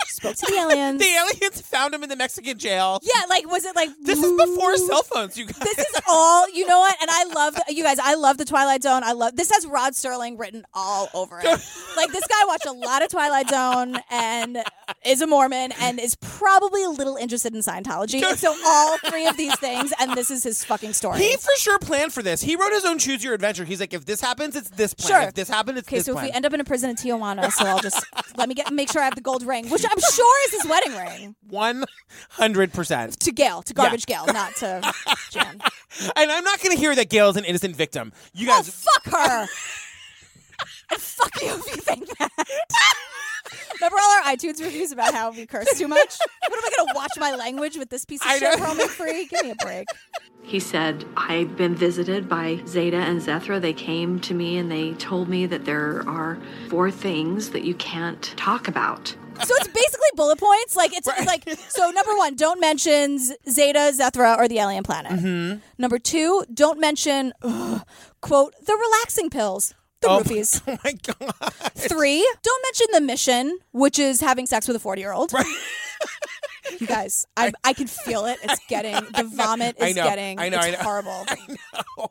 Speaker 2: spoke to the aliens.
Speaker 1: The aliens found him in the Mexican jail.
Speaker 2: yeah, like was it like
Speaker 1: This is before cell phones, you guys.
Speaker 2: this is all you know what and i love the, you guys i love the twilight zone i love this has rod sterling written all
Speaker 1: *laughs*
Speaker 2: over it like this guy watched a lot of twilight zone and is a mormon and is probably a little interested in
Speaker 1: *laughs*
Speaker 2: scientology and so all three of these things and this is his fucking story
Speaker 1: He for sure planned for this. He wrote his own choose your adventure. He's like, if this happens, it's this plan.
Speaker 2: Sure.
Speaker 1: If this happens, it's
Speaker 2: okay
Speaker 1: this
Speaker 2: so if
Speaker 1: plan.
Speaker 2: we end up in a prison in tijuana so i'll just *laughs* let me get make sure i have the gold ring which i'm sure is his wedding ring
Speaker 1: One hundred percent.
Speaker 2: to gail to garbage gail not
Speaker 1: *laughs*
Speaker 2: to jan
Speaker 1: And I'm not going to hear that Gail's an innocent victim. You
Speaker 2: oh
Speaker 1: guys,
Speaker 2: fuck her and fuck you if you think that remember all our itunes reviews about how we curse too much what am i gonna watch my language with this piece of
Speaker 1: I
Speaker 2: shit
Speaker 1: know.
Speaker 2: roaming free give me a break
Speaker 4: He said, I've been visited by Zeta and Zethra. They came to me and they told me that there are four things that you can't talk about.
Speaker 2: so it's basically bullet points like it's, it's like so number one don't mention Z- zeta zethra or the alien planet
Speaker 1: mm-hmm.
Speaker 2: number two don't mention ugh, quote the relaxing pills the
Speaker 1: Oh. *laughs*
Speaker 2: rupees
Speaker 1: oh my god,
Speaker 2: three don't mention the mission which is having sex with a 40 year old you guys
Speaker 1: *laughs*
Speaker 2: I, I can feel it it's getting the vomit
Speaker 1: I
Speaker 2: is
Speaker 1: know,
Speaker 2: getting
Speaker 1: I know,
Speaker 2: it's
Speaker 1: I know. *laughs*
Speaker 2: horrible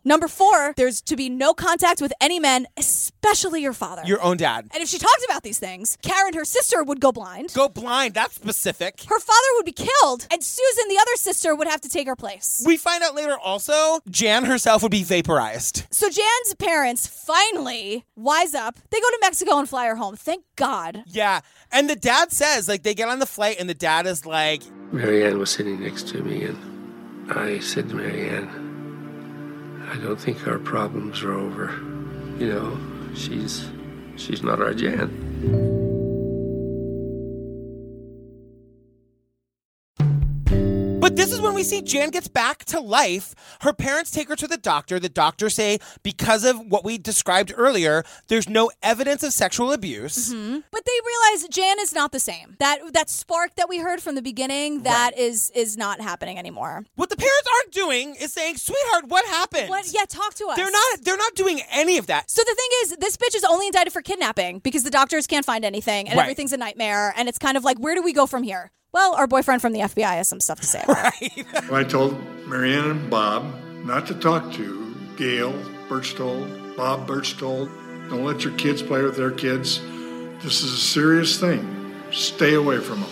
Speaker 2: number four there's to be no contact with any men especially your father
Speaker 1: your own dad.
Speaker 2: and if she talked about these things karen her sister would go blind
Speaker 1: Go blind. That's specific.
Speaker 2: her father would be killed and susan the other sister would have to take her place
Speaker 1: We find out later also, Jan herself would be vaporized.
Speaker 2: so jan's parents finally wise up they go to mexico and fly her home thank god
Speaker 1: Yeah. And the dad says, like, they get on the flight and the dad is like,
Speaker 3: Marianne was sitting next to me, and I said to Marianne, I don't think our problems are over. You know, she's she's not our Jan.
Speaker 1: But this is when we see Jan gets back to life. Her parents take her to the doctor. The doctors say, because of what we described earlier, there's no evidence of sexual abuse.
Speaker 2: But they realize Jan is not the same. That that spark that we heard from the beginning that is is not happening anymore.
Speaker 1: What the parents aren't doing is saying, sweetheart, what happened?
Speaker 2: What? Yeah, talk to us.
Speaker 1: They're not they're not doing any of that.
Speaker 2: So the thing is, this bitch is only indicted for kidnapping because the doctors can't find anything and
Speaker 1: Right.
Speaker 2: everything's a nightmare. And it's kind of like, where do we go from here? Well, our boyfriend from the FBI has some stuff to say. About it.
Speaker 6: I told Marianne and Bob not to talk to Gail Birchtold, Bob Birchtold. Don't let your kids play with their kids. This is a serious thing. Stay away from them.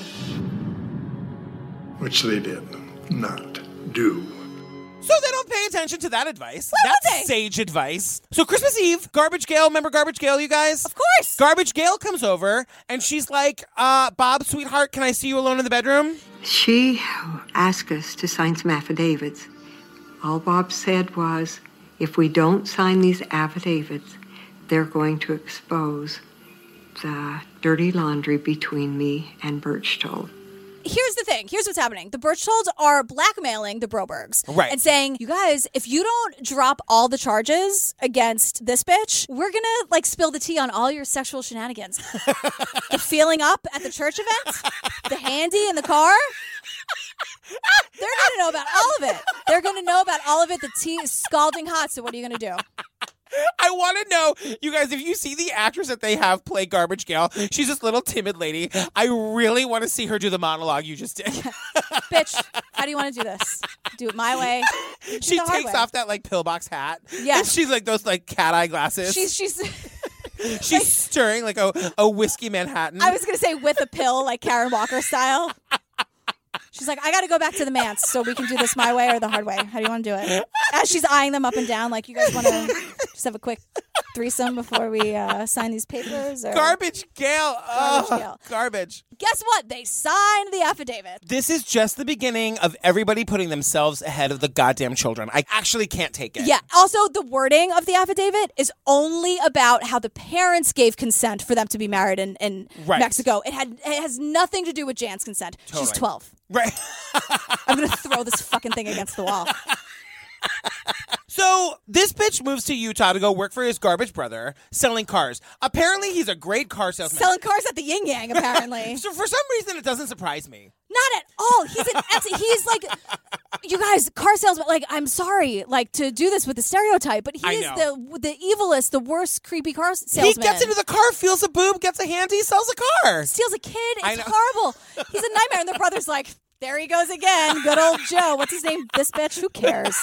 Speaker 6: Which they did not do.
Speaker 1: So they don't pay attention to that advice.
Speaker 2: would
Speaker 1: That's
Speaker 2: they?
Speaker 1: sage advice. So Christmas Eve, Garbage Gale, remember Garbage Gale, you guys?
Speaker 2: Of course.
Speaker 1: Garbage Gale comes over and she's like, uh, Bob, sweetheart, can I see you alone in the bedroom? *laughs*
Speaker 5: She asked us to sign some affidavits. All Bob said was if we don't sign these affidavits, they're going to expose the dirty laundry between me and Birchtold.
Speaker 2: here's the thing. Here's what's happening. The Birchtolds are blackmailing the Brobergs
Speaker 1: Right.
Speaker 2: and saying, "You guys, if you don't drop all the charges against this bitch, we're gonna like spill the tea on all your
Speaker 1: *laughs*
Speaker 2: sexual shenanigans. the feeling up at the church event, the handy in the car." They're gonna know about all of it. They're gonna know about all of it. The tea is scalding hot. So what are you gonna do?
Speaker 1: I want to know, you guys, if you see the actress that they have play Garbage Gal, she's this little timid lady. I really want to see her do the monologue you
Speaker 2: *laughs*
Speaker 1: just did.
Speaker 2: bitch, how do you want to do this? Do it my way. Do it
Speaker 1: she
Speaker 2: the hard
Speaker 1: takes
Speaker 2: way.
Speaker 1: off that like pillbox hat.
Speaker 2: Yeah.
Speaker 1: And she's like those like cat eye glasses.
Speaker 2: She's she's.
Speaker 1: *laughs* she's stirring like a, a whiskey Manhattan.
Speaker 2: I was gonna say with a pill, like Karen Walker style. She's like, I got to go back to the manse so we can do this my way or the hard way. How do you want to do it? As she's eyeing them up and down, like, you guys want to just have a quick threesome before we uh, sign these papers? Or
Speaker 1: Garbage Gal. Garbage
Speaker 2: Garbage Gal.
Speaker 1: Garbage.
Speaker 2: Guess what? They signed the affidavit.
Speaker 1: This is just the beginning of everybody putting themselves ahead of the goddamn children. I actually can't take it.
Speaker 2: Yeah. Also, the wording of the affidavit is only about how the parents gave consent for them to be married in, in
Speaker 1: Right.
Speaker 2: Mexico. It had it has nothing to do with Jan's consent. She's
Speaker 1: Totally.
Speaker 2: twelve.
Speaker 1: Right.
Speaker 2: I'm gonna throw this fucking thing against
Speaker 1: *laughs*
Speaker 2: the wall.
Speaker 1: So this bitch moves to Utah to go work for his garbage brother selling cars. Apparently, he's a great car salesman.
Speaker 2: Selling cars at the yin yang, apparently.
Speaker 1: *laughs* so for some reason, it doesn't surprise me.
Speaker 2: Not at all. He's an ex- he's like you guys, car salesman. Like, I'm sorry, like to do this with the stereotype, but he
Speaker 1: I
Speaker 2: is
Speaker 1: know.
Speaker 2: the the evilest, the worst, creepy car s-
Speaker 1: He
Speaker 2: salesman.
Speaker 1: gets into the car, feels a boob, gets a handy, sells a car.
Speaker 2: steals a kid.
Speaker 1: I
Speaker 2: It's
Speaker 1: know.
Speaker 2: horrible. He's a nightmare. And their brother's like, there he goes again. Good old Joe. What's his name? This bitch. Who cares?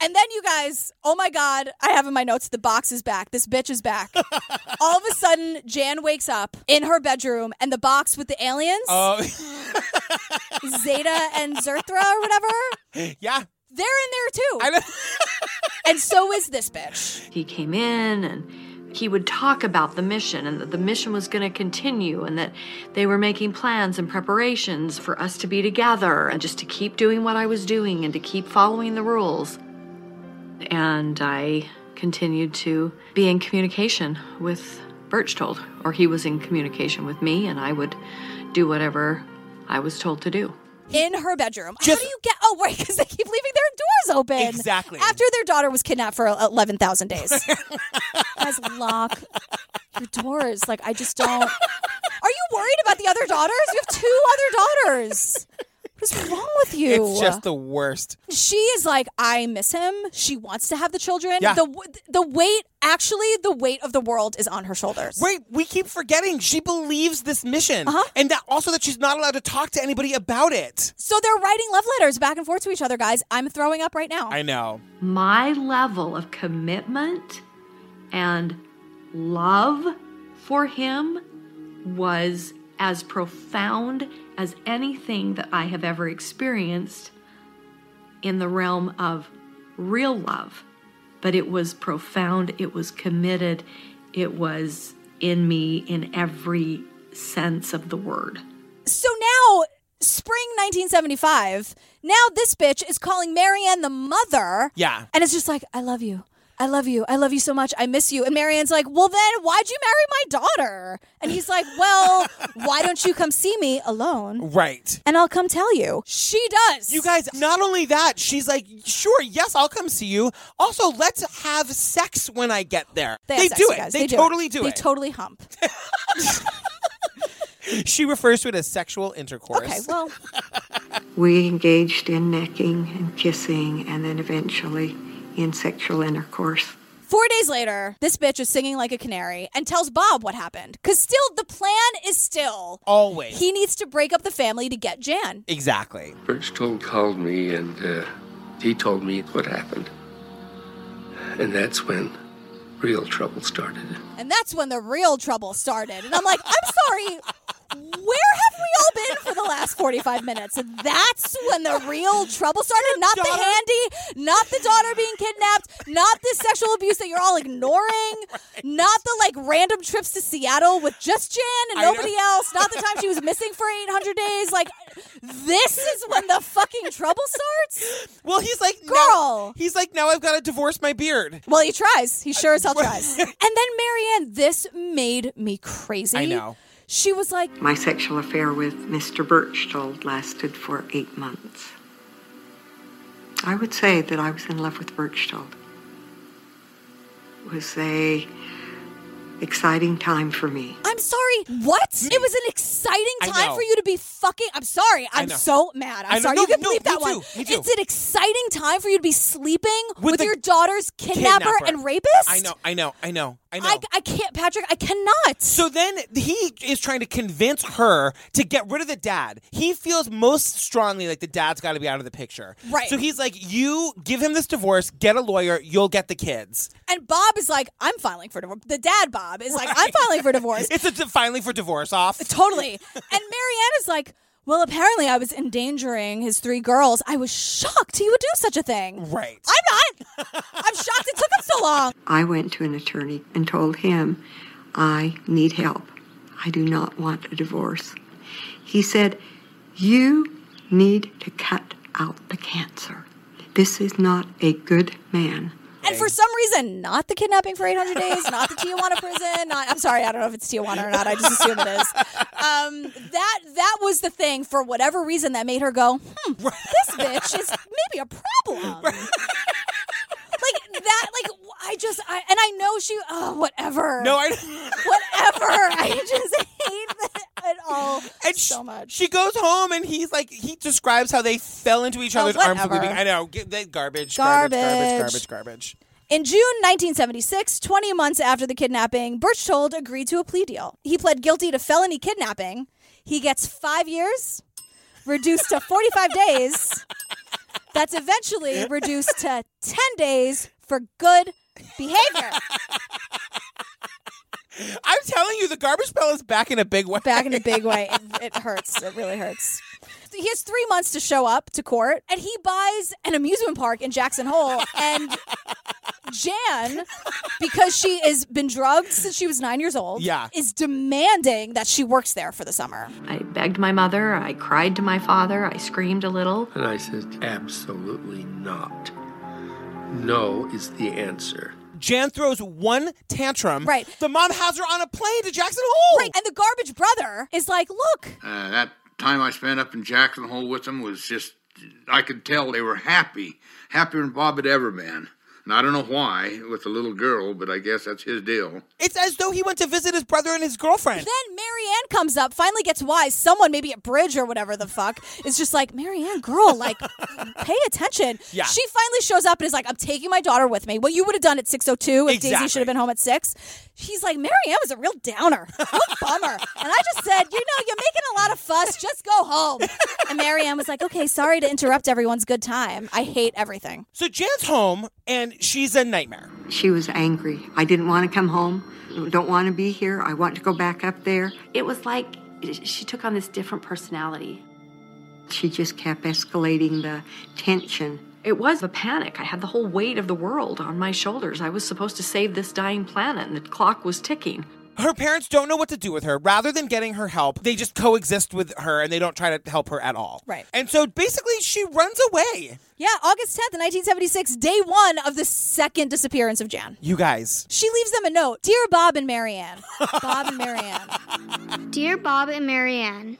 Speaker 2: And then you guys, oh my God, I have in my notes the box is back. This bitch is
Speaker 1: *laughs*
Speaker 2: back. All of a sudden, Jan wakes up in her bedroom and the box with the aliens,
Speaker 1: Oh, *laughs*
Speaker 2: Zeta and Zerthra or whatever,
Speaker 1: yeah.
Speaker 2: they're in
Speaker 1: I
Speaker 2: there too.
Speaker 1: know.
Speaker 2: *laughs* And so is this bitch.
Speaker 4: He came in and he would talk about the mission and that the mission was going to continue and that they were making plans and preparations for us to be together and just to keep doing what I was doing and to keep following the rules. And I continued to be in communication with Birchtold, or he was in communication with me, and I would do whatever I was told to do.
Speaker 2: In her bedroom.
Speaker 1: Just-
Speaker 2: How do you get? Oh, right, because they keep leaving their doors open.
Speaker 1: Exactly.
Speaker 2: After their daughter was kidnapped for
Speaker 1: *laughs*
Speaker 2: 11,000 days. Guys, lock your doors. Like, I just don't. Are you worried about the other daughters? You have two other daughters. What is wrong with you?
Speaker 1: It's just the worst.
Speaker 2: she is like, I miss him. She wants to have the children.
Speaker 1: Yeah.
Speaker 2: The the weight, actually, the weight of the world is on her shoulders.
Speaker 1: Wait, we keep forgetting she believes this mission,
Speaker 2: Uh-huh.
Speaker 1: and that also that she's not allowed to talk to anybody about it.
Speaker 2: So they're writing love letters back and forth to each other, guys. I'm throwing up right now.
Speaker 1: I know.
Speaker 4: my level of commitment and love for him was as profound as anything that I have ever experienced in the realm of real love. But it was profound, it was committed, it was in me in every sense of the word.
Speaker 2: So now, spring 1975, now this bitch is calling Marianne the mother.
Speaker 1: Yeah.
Speaker 2: And it's just like, I love you. I love you. I love you so much. I miss you. And Marianne's like, Well, then why'd you marry my daughter? And he's like,
Speaker 1: *laughs*
Speaker 2: Well, why don't you come see me alone?
Speaker 1: Right.
Speaker 2: And I'll come tell you. She does.
Speaker 1: You guys, not only that, she's like, sure, yes, I'll come see you. Also, let's have sex when I get there.
Speaker 2: They, have sex,
Speaker 1: do
Speaker 2: you
Speaker 1: it.
Speaker 2: guys.
Speaker 1: They,
Speaker 2: do
Speaker 1: totally
Speaker 2: it.
Speaker 1: do
Speaker 2: They
Speaker 1: it.
Speaker 2: totally hump.
Speaker 1: she refers to it as sexual intercourse.
Speaker 2: Okay, well,
Speaker 5: We engaged in necking and kissing and then eventually in sexual intercourse.
Speaker 2: Four days later, this bitch is singing like a canary and tells Bob what happened. Because still, the plan is still
Speaker 1: Always.
Speaker 2: he needs to break up the family to get Jan.
Speaker 1: exactly.
Speaker 3: Birchtold called me and uh, he told me what happened. And that's when real trouble started.
Speaker 2: And that's when the real trouble started. And I'm like, I'm sorry, where have we all been for the last 45 minutes? That's when the real trouble started. Not the
Speaker 1: daughter-
Speaker 2: handy, not the daughter being kidnapped, not the sexual abuse that you're all ignoring, not the like random trips to Seattle with just Jan and
Speaker 1: I know.
Speaker 2: nobody else, not the time she was missing for 800 days. Like, this is when the fucking trouble starts?
Speaker 1: *laughs* Well, he's like, now-
Speaker 2: Girl.
Speaker 1: he's like, now I've got to divorce my beard.
Speaker 2: Well,
Speaker 1: *laughs*
Speaker 2: he tries. He sure as hell tries. and then Marianne, this made me crazy.
Speaker 1: I know.
Speaker 2: She was like,
Speaker 5: My sexual affair with Mr. Birchtold lasted for eight months. I would say that I was in love with Birchtold. It was a exciting time for me.
Speaker 2: I'm sorry. What?
Speaker 1: Mm.
Speaker 2: It was an exciting
Speaker 5: I
Speaker 2: time
Speaker 5: know.
Speaker 2: for you to be fucking. I'm sorry.
Speaker 5: I
Speaker 2: I'm
Speaker 5: know.
Speaker 2: so mad. I'm
Speaker 5: I know.
Speaker 2: sorry.
Speaker 5: No,
Speaker 2: you can
Speaker 5: no,
Speaker 2: believe
Speaker 5: me
Speaker 2: that one.
Speaker 5: too. Me too.
Speaker 2: It's an exciting time for you to be sleeping with,
Speaker 1: the
Speaker 2: your daughter's kidnapper, and rapist.
Speaker 1: I know, I know, I know, I know.
Speaker 2: I, I can't, Patrick. I cannot.
Speaker 1: So then he is trying to convince her to get rid of the dad. He feels most strongly like the dad's got to be out of the picture.
Speaker 2: Right.
Speaker 1: So he's like, you give him this divorce, get a lawyer, you'll get the kids.
Speaker 2: And Bob is like, I'm filing for divorce. The dad, Bob, is like, I'm filing for
Speaker 1: *laughs*
Speaker 2: divorce.
Speaker 1: It's a d- finally for divorce off.
Speaker 2: Totally. And Marianne is like, well, apparently I was endangering his three girls. I was shocked he would do such a thing.
Speaker 1: Right.
Speaker 2: I'm not. I'm shocked it took him so long.
Speaker 5: I went to an attorney and told him, I need help. I do not want a divorce. He said, You need to cut out the cancer. This is not a good man.
Speaker 2: And for some reason, not the kidnapping for 800 days, not the Tijuana prison, not I'm sorry, I don't know if it's Tijuana or not. I just assume it is. Um, that that was the thing for whatever reason that made her go, hmm, this bitch is maybe a problem. like that, like I just I, and I know she. Oh, whatever.
Speaker 1: No, I-
Speaker 2: whatever. I just hate that at all so much.
Speaker 1: She goes home and he's like, he describes how they fell into each
Speaker 2: Oh,
Speaker 1: other's arms.
Speaker 2: whatever.
Speaker 1: Leaving. I know, Get that garbage,
Speaker 2: Garbage.
Speaker 1: garbage, garbage, garbage, garbage.
Speaker 2: In June 1976, 20 months after the kidnapping, Birchtold agreed to a plea deal. He pled guilty to felony kidnapping. He gets five years, reduced
Speaker 1: *laughs*
Speaker 2: to 45 days. That's eventually reduced to 10 days for good behavior.
Speaker 1: I'm telling you, the garbage bill is back in a big way.
Speaker 2: Back in a big way.
Speaker 1: *laughs*
Speaker 2: It, it hurts. It really hurts. He has three months to show up to court, and he buys an amusement park in Jackson Hole.
Speaker 1: *laughs*
Speaker 2: And Jan, because she has been drugged since she was nine years old,
Speaker 4: Yeah.
Speaker 2: is demanding that she works there for the summer.
Speaker 4: I begged my mother, I cried to my father, I screamed a little.
Speaker 3: And I said, absolutely not. No is the answer.
Speaker 1: Jan throws one tantrum.
Speaker 2: Right.
Speaker 1: The mom has her on a plane to Jackson Hole.
Speaker 2: Right. And the garbage brother is like, look,
Speaker 8: Uh, that time I spent up in Jackson Hole with them was just, I could tell they were happy, happier than Bob had ever been. And I don't know why with the little girl, but I guess that's his deal.
Speaker 1: It's as though he went to visit his brother and his girlfriend.
Speaker 2: Then Marianne comes up, finally gets wise. Someone, maybe at Bridge or whatever the fuck, is just like, Marianne,
Speaker 1: *laughs*
Speaker 2: girl, like, pay attention.
Speaker 12: Yeah.
Speaker 2: She finally shows up and is like, I'm taking my daughter with me. What you would have done at 6.02 if Daisy
Speaker 12: Exactly.
Speaker 2: should have been home at 6. She's like, Marianne was a real downer. What a bummer. And I just said, you know, you're making a lot of fuss. Just go home. And Marianne was like, okay, sorry to interrupt everyone's good time. I hate everything.
Speaker 1: So Jan's home and she's a nightmare.
Speaker 5: She was angry. I didn't want to come home. Don't want to be here. I want to go back up there.
Speaker 4: It was like she took on this different personality.
Speaker 5: She just kept escalating the tension.
Speaker 4: It was a panic. I had the whole weight of the world on my shoulders. I was supposed to save this dying planet, and the clock was ticking.
Speaker 1: Her parents don't know what to do with her. Rather than getting her help, they just coexist with her and they don't try to help her at all.
Speaker 2: Right.
Speaker 1: And so basically, she runs away.
Speaker 2: Yeah, August 10th, 1976, day one of the second disappearance of Jan.
Speaker 1: You guys.
Speaker 2: She leaves them a note Dear Bob
Speaker 1: *laughs*
Speaker 2: and Marianne. Bob and Marianne.
Speaker 13: Dear Bob and Marianne,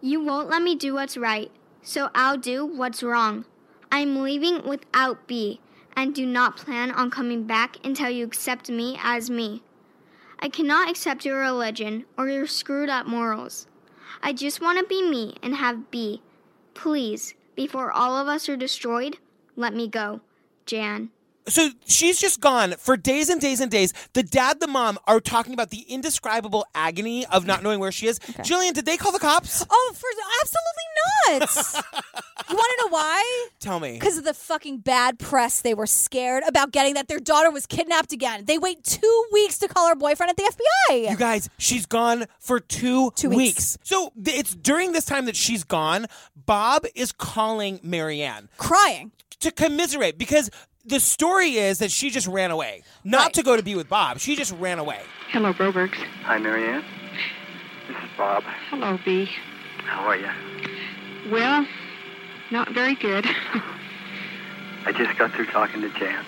Speaker 13: you won't let me do what's right, so I'll do what's wrong. I'm leaving without B and do not plan on coming back until you accept me as me. I cannot accept your religion or your screwed up morals. I just want to be me and have B. Please, before all of us are destroyed, let me go. Jan.
Speaker 1: So she's just gone for days and days and days. The dad, the mom are talking about the indescribable agony of not knowing where she is. Jillian, did they call the cops?
Speaker 2: Oh, for absolutely not. you want to know why?
Speaker 1: Tell me.
Speaker 2: Because of the fucking bad press, they were scared about getting that their daughter was kidnapped again. They wait two weeks to call her boyfriend at the FBI.
Speaker 1: You guys, she's gone for two,
Speaker 2: Two
Speaker 1: weeks.
Speaker 2: weeks.
Speaker 1: So th- it's during this time that she's gone, Bob is calling Marianne.
Speaker 2: Crying.
Speaker 1: To commiserate because the story is that she just ran away. Not to go to be with Bob. She just ran away.
Speaker 11: Hello, Brobergs.
Speaker 14: Hi, Marianne. This is Bob.
Speaker 11: Hello, B.
Speaker 14: How are you?
Speaker 11: Well, not very good. *laughs*
Speaker 14: I just got through talking to Jan.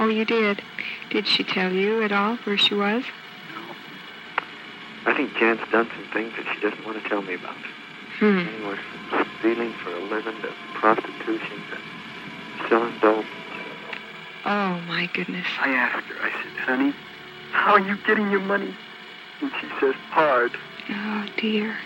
Speaker 11: Oh, you did. Did she tell you at all where she was?
Speaker 14: I think Jan's done some things that she doesn't want to tell me about.
Speaker 12: Hmm.
Speaker 14: Anywhere from stealing for a living to prostitution to selling dope.
Speaker 12: Oh my goodness.
Speaker 14: I asked her, I said, honey, how are you getting your money? And she says, hard.
Speaker 12: Oh dear.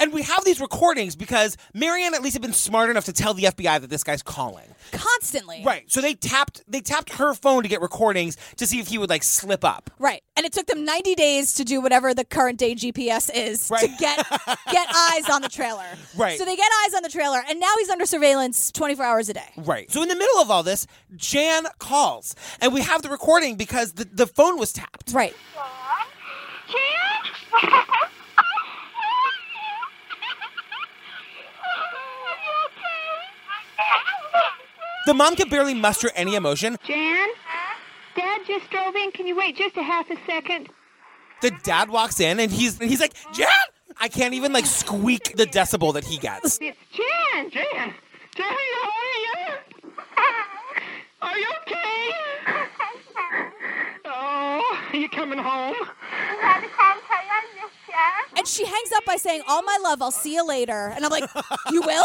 Speaker 1: And we have these recordings because Marianne at least had been smart enough to tell the FBI that this guy's calling.
Speaker 2: Constantly.
Speaker 1: Right. So they tapped they tapped her phone to get recordings to see if he would like slip up.
Speaker 2: Right. And it took them 90 days to do whatever the current day GPS is to get
Speaker 1: *laughs*
Speaker 2: get eyes on the trailer.
Speaker 1: Right.
Speaker 2: So they get eyes on the trailer and now he's under surveillance 24 hours a day.
Speaker 1: Right. So in the middle of all this, Jan calls, and we have the recording because the, the phone was tapped.
Speaker 2: Right.
Speaker 1: The mom can barely muster any emotion.
Speaker 15: Jan? Dad just drove in. Can you wait just a half a second?
Speaker 1: The dad walks in and he's and he's like, Jan! I can't even like squeak the decibel that he gets.
Speaker 15: It's Jan! Jan! Jan, how *laughs* are you? Are you okay?
Speaker 2: Oh, are you coming home? And she hangs up by saying, "All my love, I'll see you later." And I'm like,
Speaker 1: *laughs*
Speaker 2: "You will?"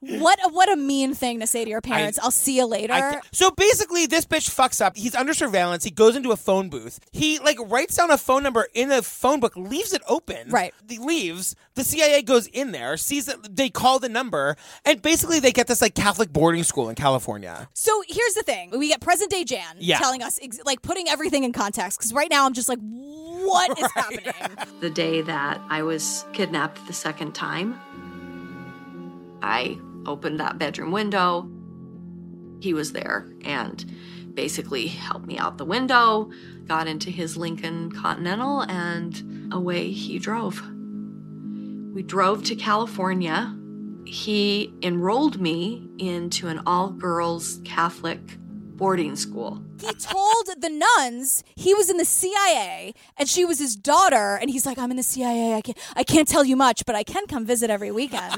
Speaker 2: What a, what a mean thing to say to your parents. I, will see you later.
Speaker 1: I- so basically, this bitch fucks up. He's under surveillance. He goes into a phone booth. He like writes down a phone number in a phone book, leaves it open. Right. He leaves. The CIA goes in there, sees that they call the number, and basically they get this like Catholic boarding school in California.
Speaker 2: So here's the thing: we get present day Jan
Speaker 1: Yeah.
Speaker 2: telling us, ex- like, putting everything in context. Because right now, I'm just like, what
Speaker 1: *laughs*
Speaker 2: is happening?
Speaker 4: The day that I was kidnapped the second time, I opened that bedroom window. He was there and basically helped me out the window, got into his Lincoln Continental, and away he drove. We drove to California. He enrolled me into an all girls Catholic boarding school.
Speaker 2: He told the nuns he was in the CIA and she was his daughter, and he's like, "I'm in the CIA. I can't, I can't tell you much, but I can come visit
Speaker 1: *laughs*
Speaker 2: every weekend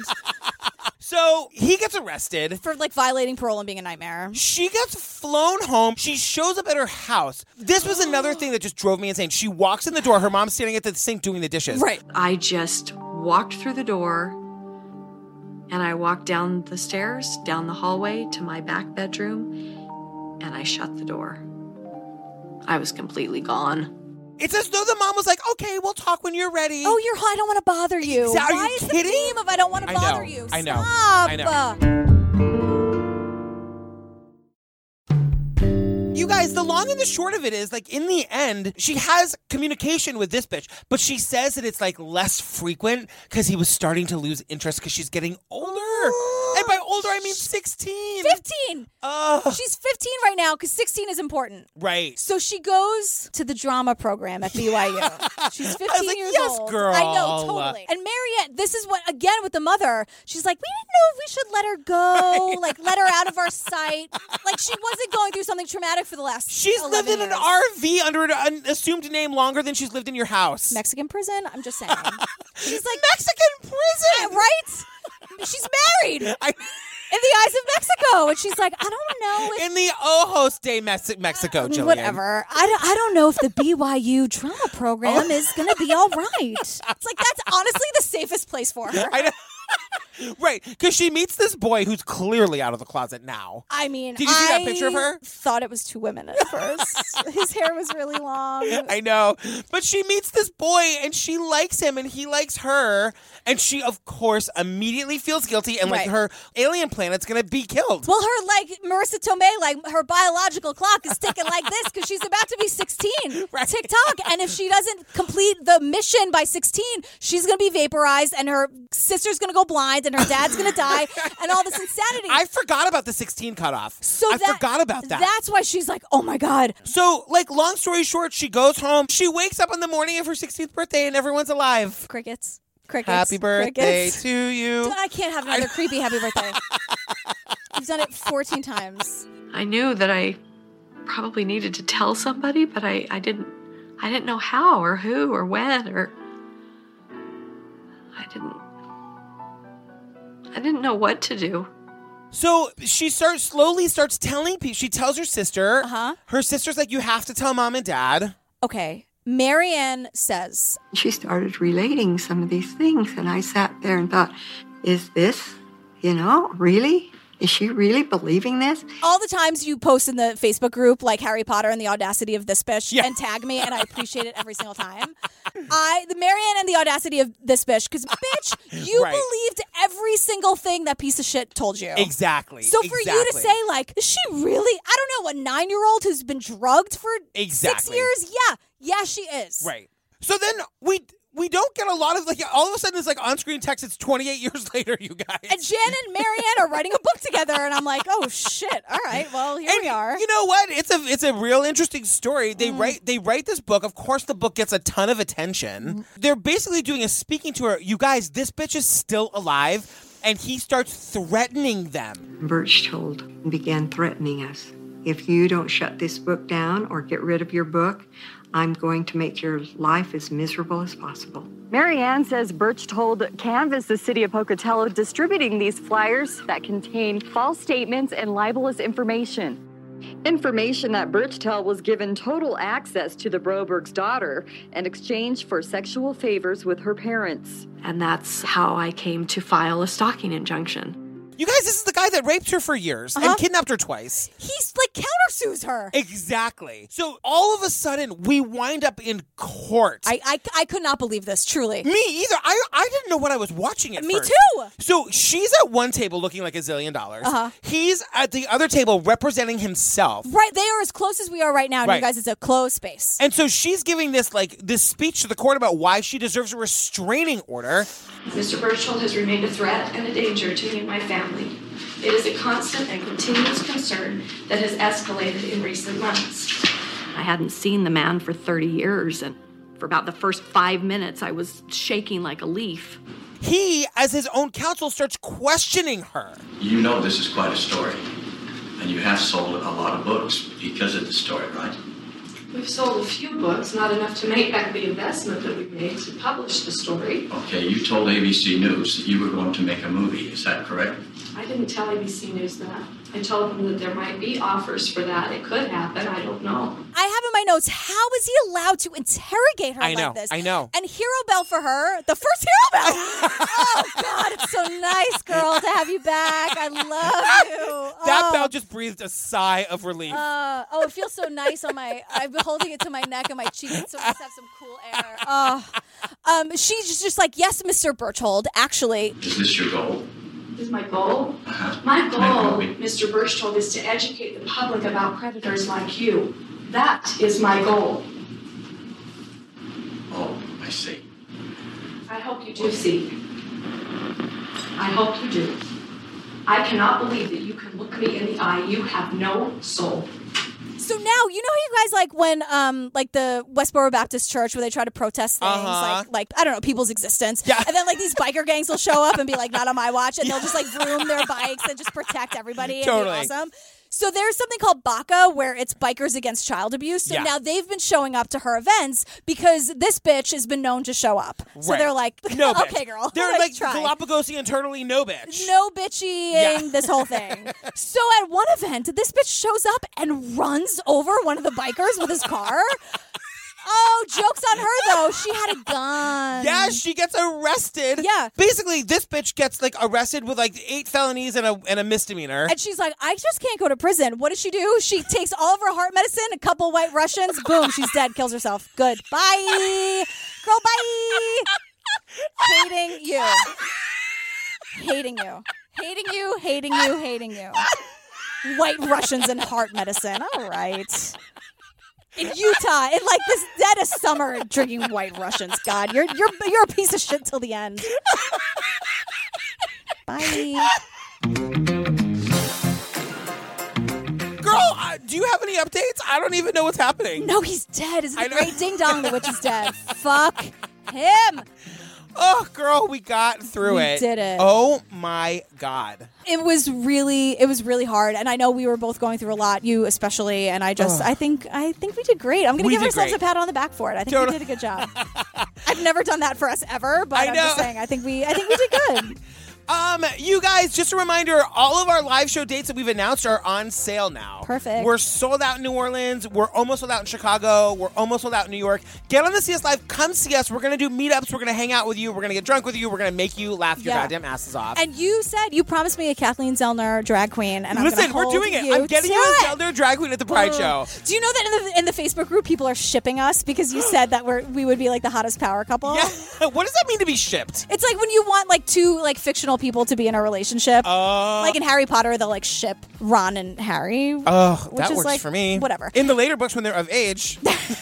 Speaker 1: So he gets arrested.
Speaker 2: for like violating parole and being a nightmare."
Speaker 1: She gets flown home. She shows up at her house. This was another thing that just drove me insane. She walks in the door. Her mom's standing at the sink doing the dishes.
Speaker 4: I just walked through the door and I walked down the stairs, down the hallway to my back bedroom, and I shut the door. I was completely gone.
Speaker 1: It's as though the mom was like, "Okay, we'll talk when you're ready."
Speaker 2: Oh, you're. I don't want to bother you.
Speaker 1: Exa- are
Speaker 2: Why
Speaker 1: you
Speaker 2: is the
Speaker 1: kidding?
Speaker 2: theme of I don't want to
Speaker 1: I
Speaker 2: bother
Speaker 1: know.
Speaker 2: you?
Speaker 1: I know.
Speaker 2: Stop.
Speaker 1: I know. You guys, the long and the short of it is like in the end, she has communication with this bitch, but she says that it's like less frequent because he was starting to lose interest because she's getting older. and by older, I mean 16.
Speaker 2: 15.
Speaker 1: Ugh.
Speaker 2: She's 15 right now because 16 is important.
Speaker 1: Right.
Speaker 2: So she goes to the drama program
Speaker 1: *laughs*
Speaker 2: at BYU. She's 15 years
Speaker 1: "Yes,
Speaker 2: old.
Speaker 1: girl."
Speaker 2: I know, totally. And Mariette, this is what, again, with the mother, she's like, we didn't know if we should let her
Speaker 1: *laughs*
Speaker 2: go, like, let her out of our sight. Like, she wasn't going through something traumatic for the last
Speaker 1: She's lived in an
Speaker 2: years.
Speaker 1: RV under an- an assumed name longer than she's lived in your house.
Speaker 2: Mexican prison? I'm just
Speaker 1: *laughs*
Speaker 2: saying. She's like,
Speaker 1: Mexican prison!
Speaker 2: Right? She's married.
Speaker 1: I-
Speaker 2: in the eyes of Mexico. And she's like, I don't know if
Speaker 1: in the Ojos de Mex- Mexico, Jillian.
Speaker 2: Uh, Whatever. I don't, I don't know if the BYU drama program
Speaker 1: Oh.
Speaker 2: is going to be all right. It's like, that's honestly the safest place for her.
Speaker 1: *laughs* I know. *laughs* right, because she meets this boy who's clearly out of the closet now.
Speaker 2: I mean,
Speaker 1: Did you see that
Speaker 2: I
Speaker 1: picture of her?
Speaker 2: Thought it was two women at first. His hair was really long.
Speaker 1: *laughs* I know. But she meets this boy and she likes him and he likes her. And she, of course, immediately feels guilty and like
Speaker 2: Right.
Speaker 1: her alien planet's going to be killed.
Speaker 2: Well, her like Marissa Tomei, like her biological clock is ticking like this because she's about to
Speaker 1: *laughs*
Speaker 2: be 16. Tick tock. And if she doesn't complete the mission by 16, she's going to be vaporized and her sister's going to go blind and her dad's going
Speaker 1: *laughs*
Speaker 2: to die and all this insanity.
Speaker 1: I forgot about the 16 cutoff.
Speaker 2: So
Speaker 1: I
Speaker 2: that-
Speaker 1: forgot about that.
Speaker 2: That's why she's like, oh my God.
Speaker 1: So, like, long story short, she goes home. She wakes up on the morning of her 16th birthday and everyone's alive.
Speaker 2: Crickets. Crickets.
Speaker 1: Happy birthday
Speaker 2: crickets.
Speaker 1: to you.
Speaker 2: Dude, I can't have another creepy
Speaker 1: *laughs*
Speaker 2: happy birthday. You've done it 14 times.
Speaker 4: I knew that I probably needed to tell somebody, but I, I didn't I didn't know how or who or when or I didn't I didn't know what to do.
Speaker 1: So she starts slowly starts telling people. She tells her sister. Uh-huh. Her sister's like, "You have to tell mom and dad."
Speaker 2: Okay. Marianne says,
Speaker 5: She started relating some of these things, and I sat there and thought, is this, you know, really? Is she really believing this?
Speaker 2: all the times you post in the Facebook group like Harry Potter and the audacity of this bitch and tag me and I appreciate
Speaker 1: *laughs*
Speaker 2: it every single time. I the Marianne and the audacity of this bitch
Speaker 1: *laughs*
Speaker 2: cuz bitch you
Speaker 1: Right.
Speaker 2: believed every single thing that piece of shit told you.
Speaker 1: Exactly.
Speaker 2: So for you to
Speaker 1: exactly.
Speaker 2: say like is she really I don't know a 9-year-old who's been drugged for
Speaker 1: Exactly.
Speaker 2: 6 years? Yeah. Yeah, she is.
Speaker 1: Right. So then we we don't get a lot of like all of a sudden it's like on screen text. It's 28 years *laughs* later, you guys.
Speaker 2: And Jen and Marianne are writing a book together and I'm like,
Speaker 1: *laughs*
Speaker 2: "Oh shit. All right. Well, here we are." Mm.
Speaker 1: You know what? It's a it's a real interesting story. They write they write this book. Of course, the book gets a ton of
Speaker 2: Mm.
Speaker 1: attention. They're basically doing a speaking tour. You guys, this bitch is still alive, and he starts threatening them.
Speaker 5: Birchtold began threatening us. If you don't shut this book down or get rid of your book, I'm going to make your life as miserable as possible.
Speaker 10: Marianne says Birch told Canvas the city of Pocatello distributing these flyers that contain false statements and libelous information. Information that Birchtel was given total access to the Broberg's daughter in exchange for sexual favors with her parents.
Speaker 7: And that's how I came to file a stalking injunction.
Speaker 1: You guys, this is the guy that raped her for years
Speaker 2: Uh-huh.
Speaker 1: and kidnapped her twice.
Speaker 2: He's like countersues her.
Speaker 1: Exactly. So all of a sudden, we wind up in court.
Speaker 2: I, I, I could not believe this, truly.
Speaker 1: Me either. I, I didn't know what I was watching at
Speaker 2: Me
Speaker 1: first.
Speaker 2: too.
Speaker 1: So she's at one table looking like a zillion dollars.
Speaker 2: Uh-huh.
Speaker 1: He's at the other table representing himself.
Speaker 2: Right, they are as close as we are right now, and
Speaker 1: Right.
Speaker 2: you guys, it's a closed space.
Speaker 1: And so she's giving this like this speech to the court about why she deserves a restraining order.
Speaker 16: Mr. Birchall has remained a threat and a danger to me and my family. It is a constant and continuous concern that has escalated in recent months.
Speaker 4: I hadn't seen the man for 30 years, and for about the first five minutes, I was shaking like a leaf.
Speaker 1: He, as his own counsel, starts questioning her.
Speaker 17: You know this is quite a story. And you have sold a lot of books because of the story, right?
Speaker 16: We've sold a few books, not enough to make back the investment that we made to publish the story.
Speaker 17: Okay, you told ABC News that you were going to make a movie. Is that correct?
Speaker 16: I didn't tell ABC News that. I told them that there might be offers for that. It could happen. I don't know.
Speaker 2: I have in my notes, how is he allowed to interrogate her
Speaker 1: I know,
Speaker 2: like this?
Speaker 1: I know.
Speaker 2: And Hero Bell for her, the first
Speaker 1: *laughs*
Speaker 2: Hero Bell. oh, God, it's so nice, girl, to have you back.
Speaker 1: *laughs*
Speaker 2: I love you.
Speaker 1: That
Speaker 2: oh.
Speaker 1: bell just breathed a sigh of relief.
Speaker 2: Uh, oh, it feels so nice on my. I've been holding it to my neck and my cheek. It's so nice to have some cool air. Oh. Um, she's just like, yes, Mr. Birchhold, actually.
Speaker 17: Is this your goal?
Speaker 16: Is my goal? My goal, Mr. Birchtold, is to educate the public about predators like you. That is my goal.
Speaker 17: Oh, I see.
Speaker 16: I hope you do see. I hope you do. I cannot believe that you can look me in the eye. You have no soul.
Speaker 2: So now you know how you guys like when um like the Westboro Baptist Church where they try to protest things
Speaker 1: Uh-huh.
Speaker 2: like like I don't know people's existence. Yeah. And then like these biker gangs will show up and be like not on my watch and they'll just
Speaker 1: *laughs*
Speaker 2: like vroom their bikes and just protect everybody
Speaker 1: Totally.
Speaker 2: and be awesome. So there's something called BACA where it's bikers against child abuse. So
Speaker 1: Yeah.
Speaker 2: now they've been showing up to her events because this bitch has been known to show up. So
Speaker 1: Right.
Speaker 2: they're like,
Speaker 1: *laughs*
Speaker 2: *laughs*
Speaker 1: no, bitch.
Speaker 2: okay, girl.
Speaker 1: They're like
Speaker 2: try.
Speaker 1: Galapagosian turtly no bitch.
Speaker 2: No bitchying,
Speaker 1: Yeah.
Speaker 2: this
Speaker 1: *laughs*
Speaker 2: whole thing. so at one event, this bitch shows up and runs over one of the bikers with
Speaker 1: *laughs*
Speaker 2: his car. Oh, joke's on her though. She had a gun.
Speaker 1: Yeah, she gets arrested.
Speaker 2: Yeah.
Speaker 1: Basically, this bitch gets like arrested with like eight felonies and a and a misdemeanor.
Speaker 2: And she's like, I just can't go to prison. What does she do? She takes all of her heart medicine, a couple white Russians, boom, she's dead, kills herself. Good. Bye. Girl, bye. Hating you. Hating you. Hating you, hating you, hating you. White Russians and heart medicine. All right. In Utah, in like this dead of summer, drinking White Russians. God, you're you're you're a piece of shit till the end. Bye.
Speaker 1: Girl, uh, do you have any updates? I don't even know what's happening.
Speaker 2: No, he's dead. Isn't
Speaker 1: I
Speaker 2: it
Speaker 1: know.
Speaker 2: great? Ding dong, the witch is
Speaker 1: *laughs*
Speaker 2: dead. Fuck him.
Speaker 1: Oh, girl, we got through
Speaker 2: We
Speaker 1: it.
Speaker 2: did it.
Speaker 1: Oh my god.
Speaker 2: It was really, it was really hard, and I know we were both going through a lot, you especially, and I just,
Speaker 1: Ugh.
Speaker 2: I think, I think we did great. I'm gonna
Speaker 1: We
Speaker 2: give
Speaker 1: did
Speaker 2: ourselves a
Speaker 1: great.
Speaker 2: pat on the back for it. I think
Speaker 1: Totally. *laughs*
Speaker 2: we did a good job. I've never done that for us ever, but
Speaker 1: I
Speaker 2: I'm just
Speaker 1: know.
Speaker 2: saying, I think we, I think we did good.
Speaker 1: *laughs* Um, you guys, just a reminder, all of our live show dates that we've announced are on sale now.
Speaker 2: Perfect.
Speaker 1: We're sold out in New Orleans. We're almost sold out in Chicago. We're almost sold out in New York. Get on the CS Live. Come see us. We're going to do meetups. We're going to hang out with you. We're going to get drunk with you. We're going to make you laugh your
Speaker 2: Yeah.
Speaker 1: goddamn asses off.
Speaker 2: And you said you promised me a Kathleen Zellner drag queen, and I'm
Speaker 1: Listen,
Speaker 2: gonna
Speaker 1: we're
Speaker 2: hold
Speaker 1: doing it.
Speaker 2: you
Speaker 1: I'm getting
Speaker 2: to
Speaker 1: you a
Speaker 2: it.
Speaker 1: Zelda drag queen at the Pride
Speaker 2: Ugh.
Speaker 1: Show. *laughs*
Speaker 2: Do you know that in the in the Facebook group, people are shipping us because you said that we're we would be like the hottest power
Speaker 1: *gasps*
Speaker 2: couple? Yeah.
Speaker 1: what does that mean to be shipped?
Speaker 2: It's like when you want like two like fictional people to be in a relationship.
Speaker 1: Uh,
Speaker 2: like in Harry Potter, they'll like ship Ron and Harry.
Speaker 1: Oh,
Speaker 2: which
Speaker 1: that
Speaker 2: is,
Speaker 1: works
Speaker 2: like,
Speaker 1: for me.
Speaker 2: Whatever.
Speaker 1: In the later books, when they're of
Speaker 2: *laughs*
Speaker 1: age,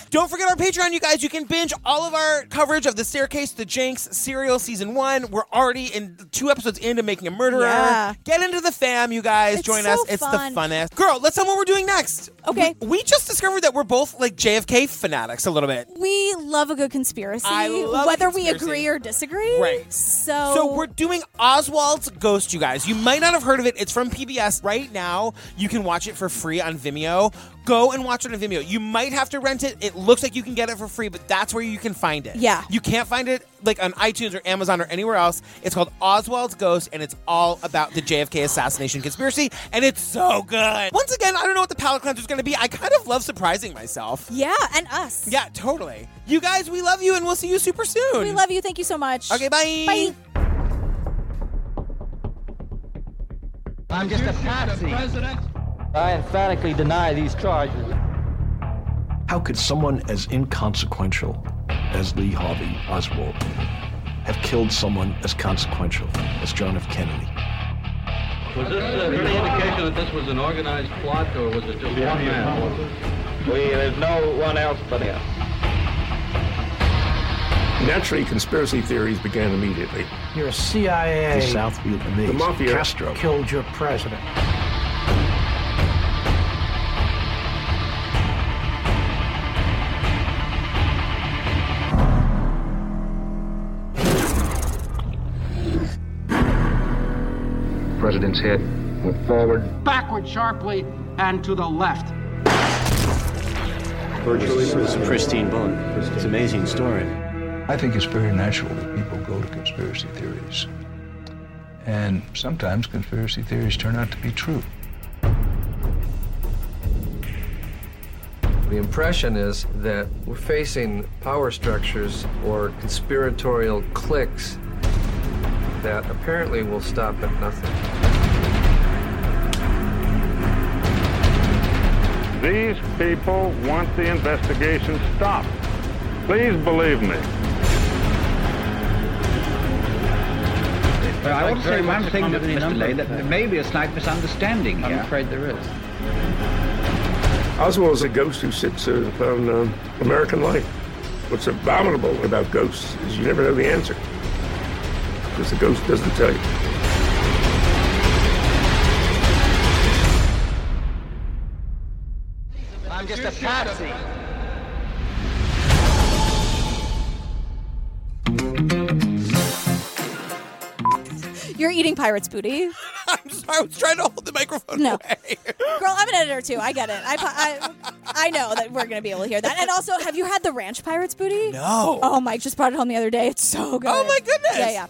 Speaker 1: don't forget our Patreon, you guys. You can binge all of our coverage of The Staircase, The Jinx, Serial Season One. We're already in two episodes into Making a Murderer.
Speaker 2: Yeah.
Speaker 1: Get into the fam, you guys.
Speaker 2: It's
Speaker 1: Join
Speaker 2: so
Speaker 1: us. It's the
Speaker 2: fun.
Speaker 1: funnest. Girl, let's tell what we're doing next.
Speaker 2: Okay.
Speaker 1: We, we just discovered that we're both like JFK fanatics a little bit.
Speaker 2: We love a good conspiracy,
Speaker 1: I love a
Speaker 2: whether we
Speaker 1: conspiracy.
Speaker 2: agree or disagree.
Speaker 1: Right.
Speaker 2: So,
Speaker 1: So we're doing Oswald's Ghost, you guys. You might not have heard of it. It's from PBS right now. You can watch it for free on Vimeo. Go and watch it on Vimeo. You might have to rent it. It looks like you can get it for free, but that's where you can find it.
Speaker 2: Yeah.
Speaker 1: You can't find it like on iTunes or Amazon or anywhere else. It's called Oswald's Ghost, and it's all about the JFK assassination conspiracy, and it's so good. Once again, I don't know what the palate cleanser is going to be. I kind of love surprising myself.
Speaker 2: yeah, and us.
Speaker 1: Yeah, totally. You guys, we love you, and we'll see you super soon.
Speaker 2: We love you. Thank you so much.
Speaker 1: Okay, bye.
Speaker 2: Bye.
Speaker 18: I'm just a patsy. I emphatically deny these charges.
Speaker 19: How could someone as inconsequential as Lee Harvey Oswald have killed someone as consequential as John F. Kennedy?
Speaker 20: Was this uh, any indication that this was an organized plot, or was it just one man? We, there's no one else but him.
Speaker 21: Naturally, conspiracy theories began immediately.
Speaker 18: You're a CIA.
Speaker 21: The South
Speaker 18: Vietnamese.
Speaker 21: The mafia.
Speaker 18: Castro killed your president.
Speaker 22: President's head went forward.
Speaker 23: backward sharply and to the left.
Speaker 24: Virtually, it was a pristine bone. It's an amazing story.
Speaker 25: I think it's very natural that people go to conspiracy theories. And sometimes conspiracy theories turn out to be true.
Speaker 26: The impression is that we're facing power structures or conspiratorial cliques that apparently will stop at nothing.
Speaker 9: These people want the investigation stopped. Please believe me.
Speaker 27: I would say one thing, that, Mr. Lay, that
Speaker 21: that
Speaker 27: there may be a slight misunderstanding here. I'm afraid there is.
Speaker 21: Oswald is a ghost who sits uh, upon um, American life. What's abominable about ghosts is you never know the answer because the ghost doesn't tell you.
Speaker 18: I'm just a patsy.
Speaker 2: You're eating pirate's booty.
Speaker 1: *laughs* I'm sorry. I was trying to hold the microphone
Speaker 2: no. Girl, I'm an editor too. I get it. I, I, I know that we're going to be able to hear that. And also, have you had the ranch pirate's booty?
Speaker 1: No.
Speaker 2: Oh, Mike just brought it home the other day. It's so good.
Speaker 1: Oh, my goodness.
Speaker 2: Yeah, yeah.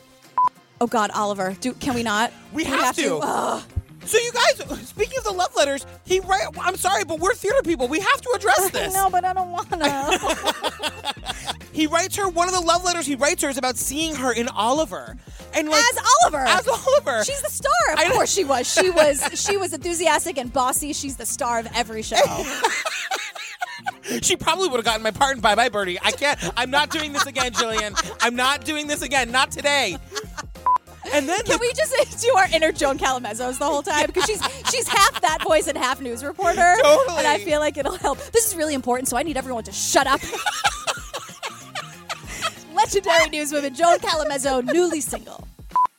Speaker 2: Oh God, Oliver, do can we uh. not?
Speaker 1: We have, to.
Speaker 2: Ugh.
Speaker 1: So you guys, speaking of the love letters, he right. I'm sorry, but we're theater people. We have to address this.
Speaker 2: No, but *laughs* I don't wanna.
Speaker 1: He writes her one of the love letters. He writes her is about seeing her in Oliver, and like
Speaker 2: as Oliver.
Speaker 1: as Oliver.
Speaker 2: She's the star. Of
Speaker 1: I know.
Speaker 2: course she was. She was she was enthusiastic and bossy. She's the star of every show.
Speaker 1: *laughs* She probably would have gotten my part in Bye Bye Birdie. I can't. I'm not doing this again, Jillian. I'm not doing this again. Not today. *laughs* And then
Speaker 2: Can we just *laughs* do our inner Joan Calamazzos the whole time? Because she's she's half that voice and half news reporter.
Speaker 1: Totally.
Speaker 2: And I feel like it'll help. This is really important, so I need everyone to
Speaker 1: *laughs*
Speaker 2: shut up. Legendary newswoman Joan Calamezzo, newly single.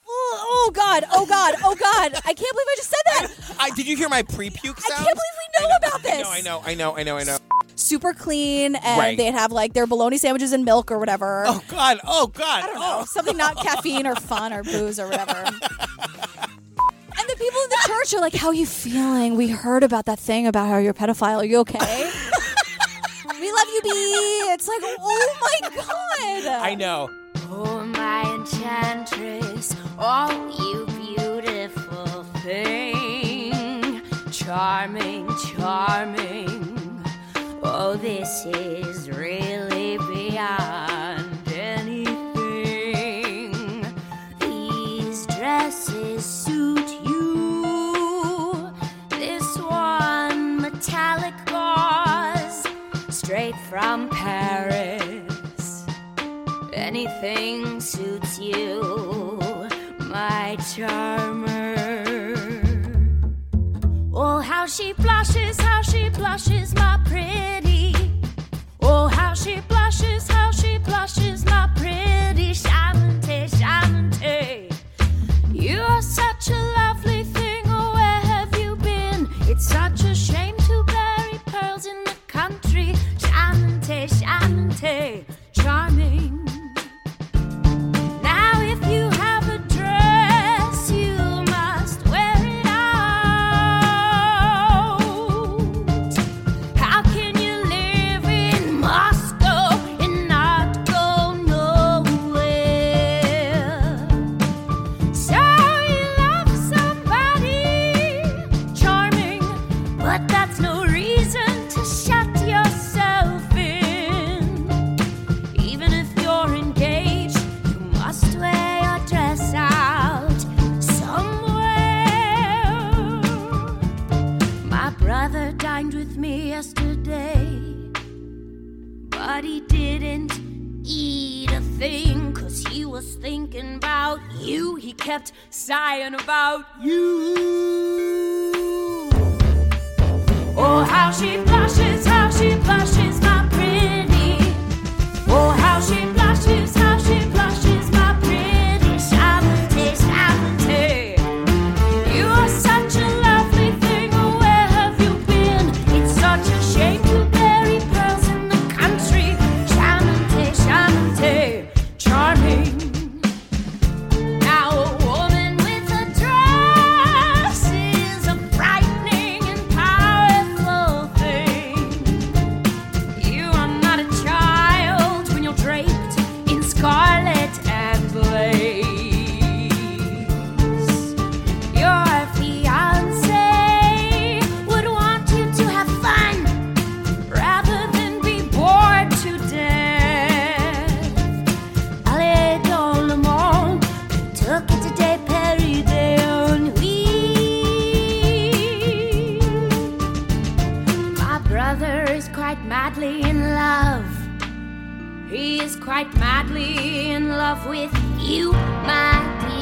Speaker 2: Oh, oh God! Oh God! Oh God! I can't believe I just said that.
Speaker 1: I, did you hear my pre-puke sound?
Speaker 2: I can't believe we know about this.
Speaker 1: I know. I know. I know. I know.
Speaker 2: Super clean, and
Speaker 1: Right.
Speaker 2: they'd have like their bologna sandwiches and milk or whatever.
Speaker 1: Oh God. Oh God.
Speaker 2: I don't know. Something not
Speaker 1: *laughs*
Speaker 2: caffeine or fun or booze or whatever. and the people in the church are like, How you feeling? We heard about that thing about how you're a pedophile. Are you okay? we love you, B. It's like, oh my God.
Speaker 1: I know.
Speaker 28: Oh, my enchantress,
Speaker 3: Oh, you beautiful thing. Charming, charming. Oh, this is really beyond anything. These dresses suit you. This one, metallic gauze, straight from Paris. Anything suits you, my charmer. Oh, how she blushes, how she blushes, my pretty. Oh, how she blushes, how she blushes, my pretty Shanty, Shanty. You are such a lovely thing, oh, where have you been? It's such a shame to bury pearls in the country. Shanty, Shanty, charming. Now, if you have a dress, you must wear it out. How can you live in Moscow and not go nowhere? So you love somebody charming, but that's no reason to shut yourself in. Even if you're engaged must wear your dress out somewhere. My brother dined with me yesterday, but he didn't eat a thing, cause he was thinking about you. He kept sighing about you. Oh, how she blushes, how she blushes, my pretty. Oh, how she blushes, how she blushes, my pretty Shanty, Shanty. You are such a lovely thing, oh, where have you been? It's such a shame to bury pearls in the country. Shanty, Shanty, charming. Now a woman with a dress is a frightening and powerful thing. You are not a child when you're draped in scarlet and lace. Your fiance would want you to have fun rather than be bored to death. Allez dans le monde, took it today, Perry de ennui. My brother is quite madly in love. He is quite madly in love with you, my dear. Oh, Oh,